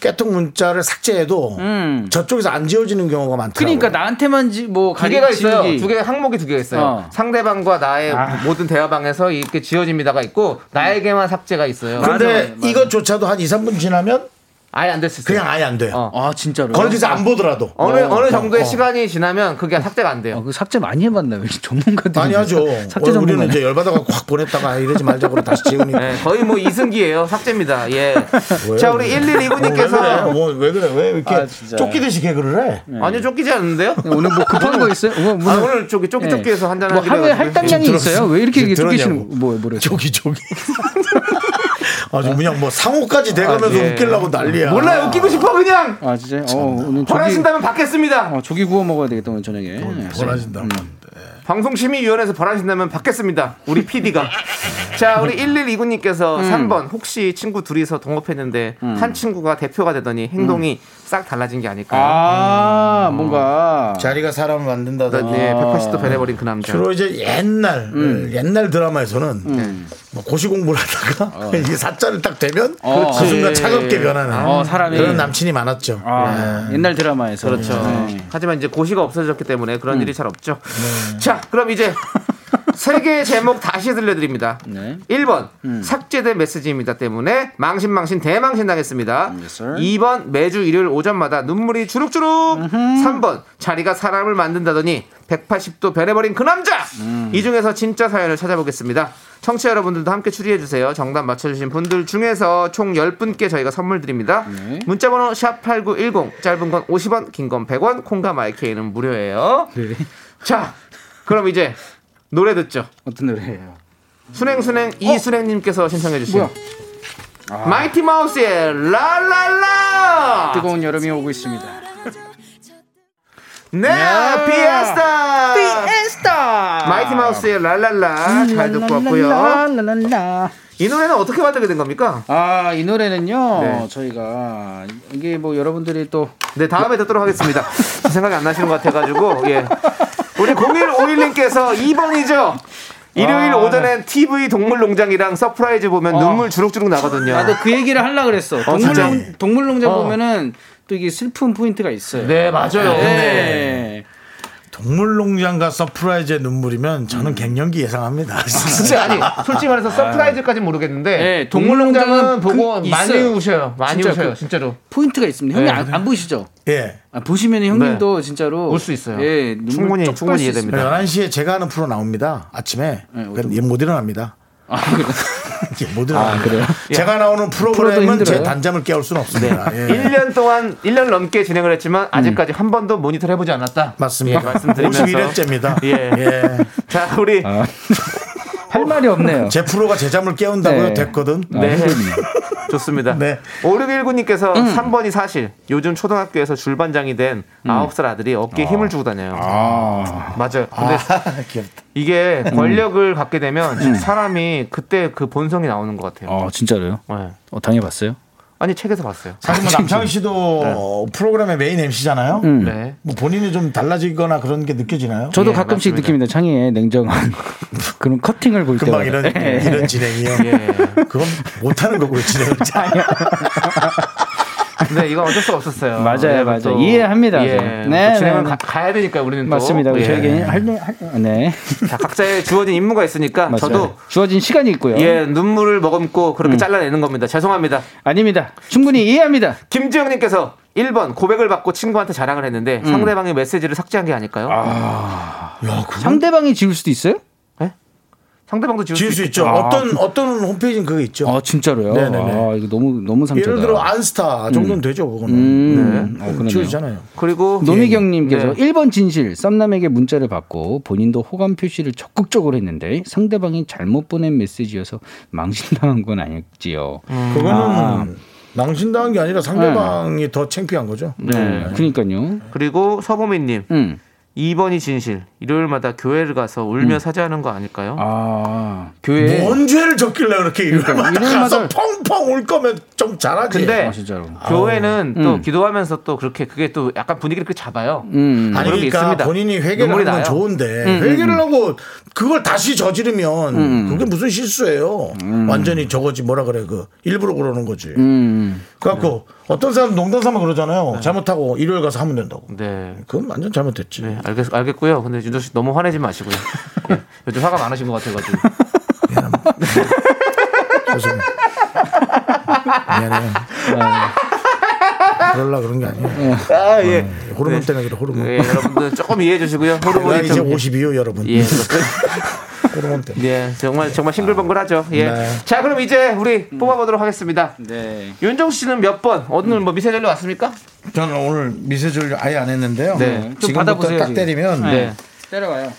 깨톡 문자를 삭제해도
음.
저쪽에서 안 지워지는 경우가 많더라고요.
그러니까 나한테만 지, 뭐
두 개가
가리기
있어요.
지우기.
두 개 항목이 두 개가 있어요.
어.
상대방과 나의
아.
모든 대화방에서 이렇게 지워집니다가 있고 나에게만 삭제가 있어요.
근데 이것조차도 한 2, 3분 지나면
아예 안 될 수 있어요.
그냥 아예 안 돼요.
어.
아 진짜로.
거기서 안 보더라도.
어느
어,
어느 정도의
어.
시간이 지나면 그게 삭제가 안 돼요.
아, 그 삭제 많이 해봤나요? 전문가들.
네.
많이 하죠.
삭제
우리는
전문가.
이제 열받아가 확 보냈다가 아, 이러지 말자고 다시 지우니까.
네, 거의 뭐 이승기예요. 삭제입니다. 예.
뭐예요,
자, 우리
이거? 어,
1129님께서 네.
뭐, 왜 그래? 왜 이렇게
아, 진짜.
쫓기듯이 개그를 해?
아니요, 쫓기지 않는데요?
오늘 뭐 급한 거 있어요? 오늘
아,
네.
무슨
오늘 저기 쫓기쫓기해서 한잔
뭐 하루에 할당량이
지금
있어요?
들었어.
왜 이렇게
지금
이게 쫓기시는
들었냐고.
뭐 뭐래?
저기, 저기. 아주 그냥 뭐 상호까지 돼가면서
아, 예.
웃기려고 난리야.
몰라요. 웃기고 싶어 그냥.
아 진짜? 어 오늘 조기
벌하신다면 받겠습니다.
어, 조기 구워 먹어야 되겠다 오늘 저녁에. 네.
아, 벌어진다고.
음. 방송심의위원회에서 벌하신다면 받겠습니다. 우리 PD가. 자, 우리
음.
1129님께서 3번 혹시 친구 둘이서 동업했는데 한 친구가 대표가 되더니 행동이 싹 달라진 게 아닐까요?
음.
음.
아 뭔가.
자리가 사람을 만든다든지.
아.
네, 180도 변해버린 그 남자.
주로 이제 옛날
음.
옛날 드라마에서는 뭐 고시 공부를 하다가 이게 사자를 딱 대면 그
어. 그렇지.
순간 차갑게 변하는
어, 사람이.
그런 남친이 많았죠. 네.
아, 옛날 드라마에서
네.
네.
그렇죠. 하지만 이제 고시가 없어졌기 때문에 그런
음.
일이 잘 없죠.
네.
자, 그럼 이제 세 개의 제목 다시 들려드립니다.
네.
1번 삭제된 메시지입니다 때문에 망신망신 대망신 당했습니다.
sir.
2번 매주 일요일 오전마다 눈물이 주룩주룩. 3번 자리가 사람을 만든다더니 180도 변해버린 그 남자.
음.
이 중에서 진짜 사연을 찾아보겠습니다. 청취자 여러분들도 함께 추리해주세요. 정답 맞춰주신 분들 중에서 총 10분께 저희가 선물 드립니다.
네.
문자번호 샵8910 짧은 건 50원 긴 건 100원 콩과 마이케이는 무료예요.
네.
자 그럼 이제 노래 듣죠.
어떤 노래예요?
순행순행 이순행님께서 신청해 주신
어? 뭐야? 아.
마이티 마우스의 라라라
뜨거운 여름이 오고 있습니다.
네
야.
피에스타 마이티 마우스의 라라라
음,
잘 듣고 왔고요
랄랄랄랄라.
이 노래는 어떻게 만들게 된 겁니까?
아, 이 노래는요.
네.
저희가 이게 뭐 여러분들이 또
네 다음에 듣도록 하겠습니다 생각이 안 나시는 것 같아가지고 예 우리 0151님께서 2번이죠 일요일
아.
오전엔 TV 동물농장이랑 서프라이즈 보면
어.
눈물 주룩주룩 나거든요
나도 그 얘기를 하려 그랬어.
진짜?
동물농 동물농장
어.
보면은 또 이게 슬픈 포인트가 있어요.
네 맞아요
네.
동물농장과 서프라이즈의 눈물이면 저는 갱년기 예상합니다.
진짜 아니 솔직히 말해서 서프라이즈까지는 모르겠는데 음,
네,
동물농장은
동물농장은
보고
그
많이
있어요.
우셔요 많이
진짜
우셔요
그-
진짜로
포인트가 있습니다. 형님
네.
안, 안 보시죠?
예.
아, 보시면 형님도 진짜로
울수 있어요.
예, 눈물
충분히,
쩍
충분히
뺄수
이해됩니다.
11시에 제가 하는 프로 나옵니다. 아침에.
네,
그래도 얘못 일어납니다. 예, 못 일어납니다.
아, 그래요?
제가 나오는 프로그램은 제
힘들어요? 네.
단잠을 깨울 수는 없습니다. 예.
1년 동안 1년 넘게 진행을 했지만 아직까지 한 번도 모니터를 해보지 않았다
맞습니다.
예, 말씀드리면서
51회째입니다.
예.
예.
자 우리
할 말이 없네요.
제 프로가 제 잠을 깨운다고요?
네.
됐거든.
아,
네. 좋습니다. 네. 5619님께서
음.
3번이 사실. 요즘 초등학교에서 줄반장이 된
음.
아홉 살 아들이 어깨에 힘을 주고 다녀요.
아.
맞아요. 근데
귀엽다.
이게
음.
권력을 갖게 되면 사람이 그때 그 본성이 나오는 것 같아요.
어 진짜로요?
네.
어 당해봤어요?
아니 책에서 봤어요.
사실 뭐 남창희 씨도 프로그램의 메인 MC잖아요.
음.
네.
뭐 본인이 좀 달라지거나 그런 게 느껴지나요?
저도
예,
가끔씩
맞습니다.
느낍니다. 창의의 냉정한 그런 커팅을 볼
금방
때마다.
이런
예.
이런 진행이요.
예.
그건 못하는 거고요 진행.
근데 이건 어쩔 수 없었어요.
맞아요,
왜냐면
맞아요.
또-
이해합니다,
예.
저는.
또
네,
진행을
네, 네.
가, 야 되니까 우리는 또.
맞습니다.
예.
저에게 할래 네.
자, 각자의 주어진 임무가 있으니까
맞아요.
저도
주어진 시간이 있고요. 음.
예 눈물을 머금고 그렇게 잘라내는 겁니다. 죄송합니다.
아닙니다. 충분히 이해합니다.
김지영님께서 1번 고백을 받고 친구한테 자랑을 했는데 상대방의 메시지를 삭제한 게 아닐까요? 음.
상대방이 지울 수도 있어요?
상대방도 지울,
지을 수 있죠. 어떤 어떤 홈페이지는 그게 있죠.
아 진짜로요?
네네네.
아 이거 너무 너무 상처다.
예를 들어 아, 안스타 정도는 되죠. 그거는
음, 어, 그러네요. 음.
지워지잖아요.
그리고 네.
노미경님께서 1번 진실 썸남에게 문자를 받고 본인도 호감 표시를 적극적으로 했는데 상대방이 잘못 보낸 메시지여서 망신당한 건 아닐지요.
그거는 낭신당한 게 아니라 상대방이 더 창피한 거죠.
네. 그러니까요.
그리고 서보미님
음.
2번이 진실 일요일마다 교회를 가서 울며 사죄하는 거 아닐까요?
아 교회.
뭔 죄를 졌길래 그렇게 일마다
일요일마다-
가서 펑펑 울 거면 좀 잘하지.
근데
아, 진짜로.
교회는 또 기도하면서 또 그렇게 그게 또 약간 분위기를 그 잡아요.
음.
아니
그런 게
그러니까
있습니다.
본인이 회개를
눈물이
하면
나요. 음,
좋은데 회개를 하고 그걸 다시 저지르면 그게 무슨 실수예요.
음.
완전히 저거지 뭐라 그래 그 일부러 그러는 거지.
음.
그래갖고
네.
어떤 사람 농담 삼아 그러잖아요. 잘못하고 일요일 가서 하면 된다고.
네.
그건 완전 잘못됐지.
네, 알겠, 알겠고요. 근데 윤조 씨 너무 화내지 마시고요. 예, 요즘 화가 많으신 것 같아가지고.
죄송해요. 미안해요.
네.
그럴라 그런 게 아니에요.
아, 예.
호르몬 때문에 그래 호르몬.
예, 여러분들 조금 이해해 주시고요.
내가
호르몬이
이제
좀.
52요 여러분.
예.
호르몬 때문에.
예, 정말, 정말 싱글벙글하죠. 예.
네.
자, 그럼 이제 우리
음.
뽑아보도록 하겠습니다. 네. 윤종 씨는 몇 번? 오늘 뭐 미세전류 왔습니까?
저는 오늘 미세조를 아예 안 했는데요. 음.
네. 좀
지금부터
받아보세요,
딱
지금.
때리면
네.
때려와요.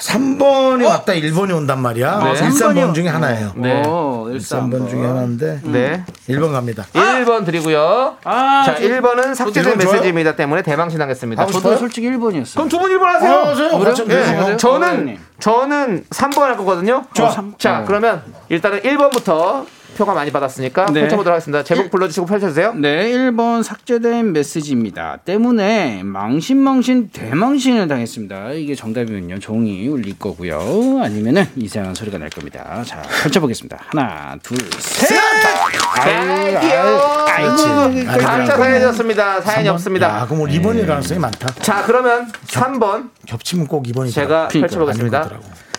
3번이 왔다 1번이 온단 말이야.
어? 네.
1, 3번 중에 하나예요.
네.
오,
1, 3번 중에 하나인데
네.
1번 갑니다.
아!
1번 드리고요. 자, 1번은 삭제된
이건 좋아요?
메시지입니다 때문에 대망신 당했습니다.
하고
아, 저도
싶어요?
솔직히 1번이었어요.
그럼 두분 1번 하세요.
아, 저요?
그래요?
맞죠?
예.
맞아요?
저는 저는 3번 할 거거든요.
좋아.
네.
자, 그러면 일단은 1번부터 표가 많이 받았으니까
네.
펼쳐보도록 하겠습니다. 제목 불러주시고 펼쳐주세요.
네, 1번 삭제된 메시지입니다. 때문에 망신망신 대망신을 당했습니다. 이게 정답이면요. 종이 울릴 거고요. 아니면은 이상한 소리가 날 겁니다. 자, 펼쳐보겠습니다. 하나, 둘, 셋.
아이고,
아유,
그렇지.
아이고, 각자
아이고.
사연이었습니다. 사연이
삼번?
없습니다. 네.
야, 그럼 오늘 2번일 가능성이 많다.
자, 그러면 3번
겹치면 꼭 2번이
제가 펼쳐보겠습니다.
고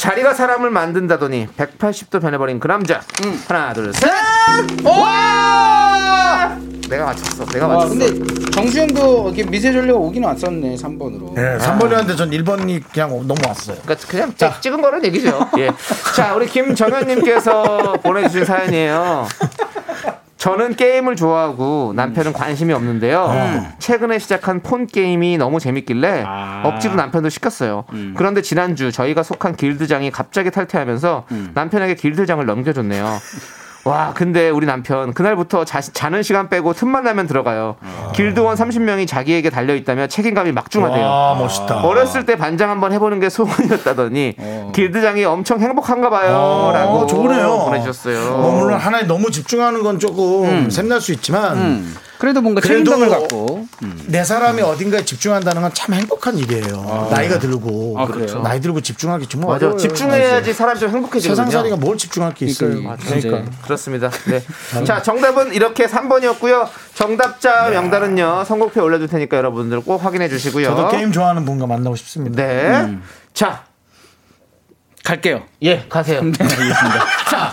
자리가 사람을 만든다더니 180도 변해버린 그 남자. 하나, 둘, 셋. 와! 내가 맞췄어. 내가
와,
맞췄어.
근데 정수영도 이렇게 미세전류가 오긴 왔었네, 3번으로.
네, 3번이었는데 전 1번이 그냥 넘어왔어요.
그러니까 그냥 찍- 찍은 거란 얘기죠. 예. 자, 우리 김정현님께서 보내주신 사연이에요. 저는 게임을 좋아하고 남편은 관심이 없는데요. 최근에 시작한 폰 게임이 너무 재밌길래 억지로 남편도 시켰어요. 그런데 지난주 저희가 속한 길드장이 갑자기 탈퇴하면서 남편에게 길드장을 넘겨줬네요. 와, 근데 우리 남편 그날부터 자, 자는 시간 빼고 틈만 나면 들어가요. 길드원 30명이 자기에게 달려 있다며 책임감이 막중하대요.
와, 멋있다.
어렸을 때 반장 한번 해보는 게 소원이었다더니 길드장이 엄청 행복한가 봐요.
어,
라고
좋네요.
보내주셨어요. 음.
어, 물론 하나에 너무 집중하는 건 조금 샘날 수 있지만
음, 그래도 뭔가
그래도-
책임감을 갖고.
내 사람이 어딘가에 집중한다는 건 참 행복한 일이에요. 나이가 들고 그렇죠.
아, 그래요?
나이 들고 집중하기 정말
맞아.
어려워요. 네.
집중해야지 사람이 좀
세상살이가
행복해지거든요.
뭘 집중할 게 있어요.
그러니까.
그러니까.
그렇습니다. 네. 자, 정답은 이렇게 3번이었고요.
네.
정답자 명단은요. 선곡표에 올려둘 테니까 여러분들 꼭 확인해 주시고요.
저도 게임 음. 좋아하는 분과 만나고 싶습니다.
네. 자,
갈게요.
예, 가세요.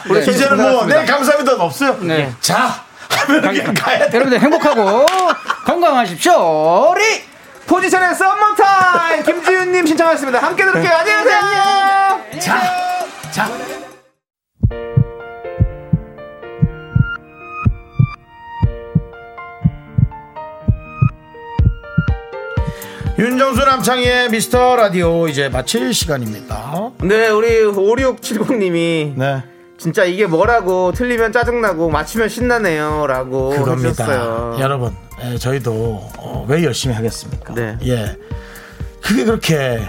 우리 이제는 뭐, 네, 감사합니다. 없어요.
네.
자, 하면 그냥 가야 돼.
여러분들 행복하고 건강하십시오. 우리
포지션의 썸머타임 김지윤님 신청하셨습니다. 함께 들을게요. 안녕하세요.
자, 자. 윤정수 남창희의 미스터 라디오 이제 마칠 시간입니다. 네.
근데 네, 우리 5670님이 진짜 이게 뭐라고 틀리면 짜증나고 맞추면 신나네요라고
그겁니다.
하셨어요.
여러분, 예, 저희도 어, 왜 열심히 하겠습니까?
네.
예. 그게 그렇게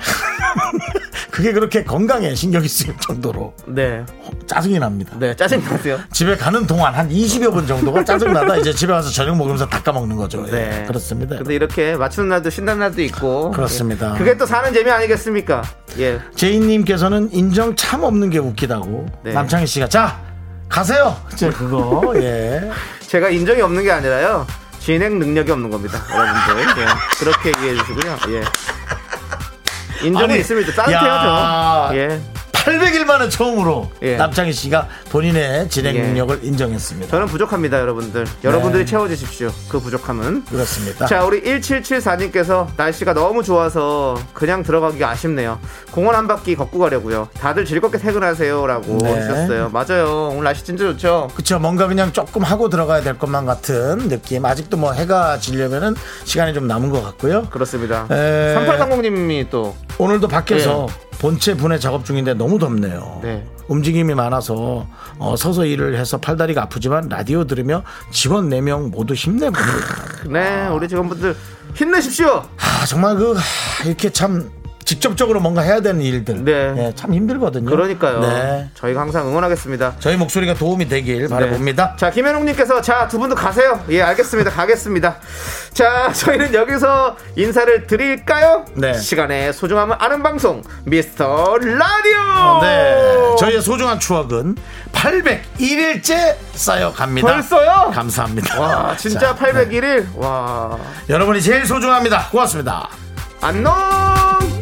그게 그렇게 건강에 신경이 쓰일 정도로
네.
짜증이 납니다.
네, 짜증 나세요?
집에 가는 동안 한 20여 분 정도가 짜증나다 이제 집에 와서 저녁 먹으면서 다 까먹는 거죠. 예,
네.
그렇습니다.
근데 이렇게 맞추는 날도 신나는 날도 있고
그렇습니다.
예. 그게 또 사는 재미 아니겠습니까? 예.
제이님께서는 인정 참 없는 게 웃기다고
네.
남창희 씨가 자 가세요. 제 그거 예.
제가 인정이 없는 게 아니라요. 진행 능력이 없는 겁니다. 여러분들. 예. 그렇게 얘기해 주시고요. 예. 인정이
아니,
있으면 이제
야.
따뜻해야죠. 예.
800일 만에 처음으로
예.
남창희 씨가 본인의 진행
예.
능력을 인정했습니다.
저는 부족합니다, 여러분들. 여러분들이
네.
채워주십시오. 그 부족함은.
그렇습니다.
자, 우리 1774님께서 날씨가 너무 좋아서 그냥 들어가기가 아쉽네요. 공원 한 바퀴 걷고 가려고요. 다들 즐겁게 퇴근하세요라고
네.
하셨어요. 맞아요. 오늘 날씨 진짜 좋죠.
그쵸 뭔가 그냥 조금 하고 들어가야 될 것만 같은 느낌 아직도 뭐 해가 지려면은 시간이 좀 남은 것 같고요
그렇습니다
에...
3830님이 또
오늘도 밖에서 본체 분해 작업 중인데 너무 덥네요
네.
움직임이 많아서 어, 서서 일을 해서 팔다리가 아프지만 라디오 들으며 직원 4명 모두 힘내봅니다
네, 우리 직원분들 힘내십시오.
아, 정말 그 하, 이렇게 참 직접적으로 뭔가 해야 되는 일들
네.
예, 참 힘들거든요
그러니까요.
네.
저희가 항상 응원하겠습니다.
저희 목소리가 도움이
네.
되길 바라봅니다
자, 김현웅님께서 자, 두 분도 가세요. 예, 알겠습니다. 가겠습니다. 자, 저희는 여기서 인사를 드릴까요?
네.
시간의 소중함을 아는 방송, 미스터 라디오!
네. 저희의 소중한 추억은 801일째 쌓여갑니다.
벌써요?
감사합니다.
와, 진짜
자, 네.
801일? 와.
여러분이 제일 소중합니다. 고맙습니다.
안녕!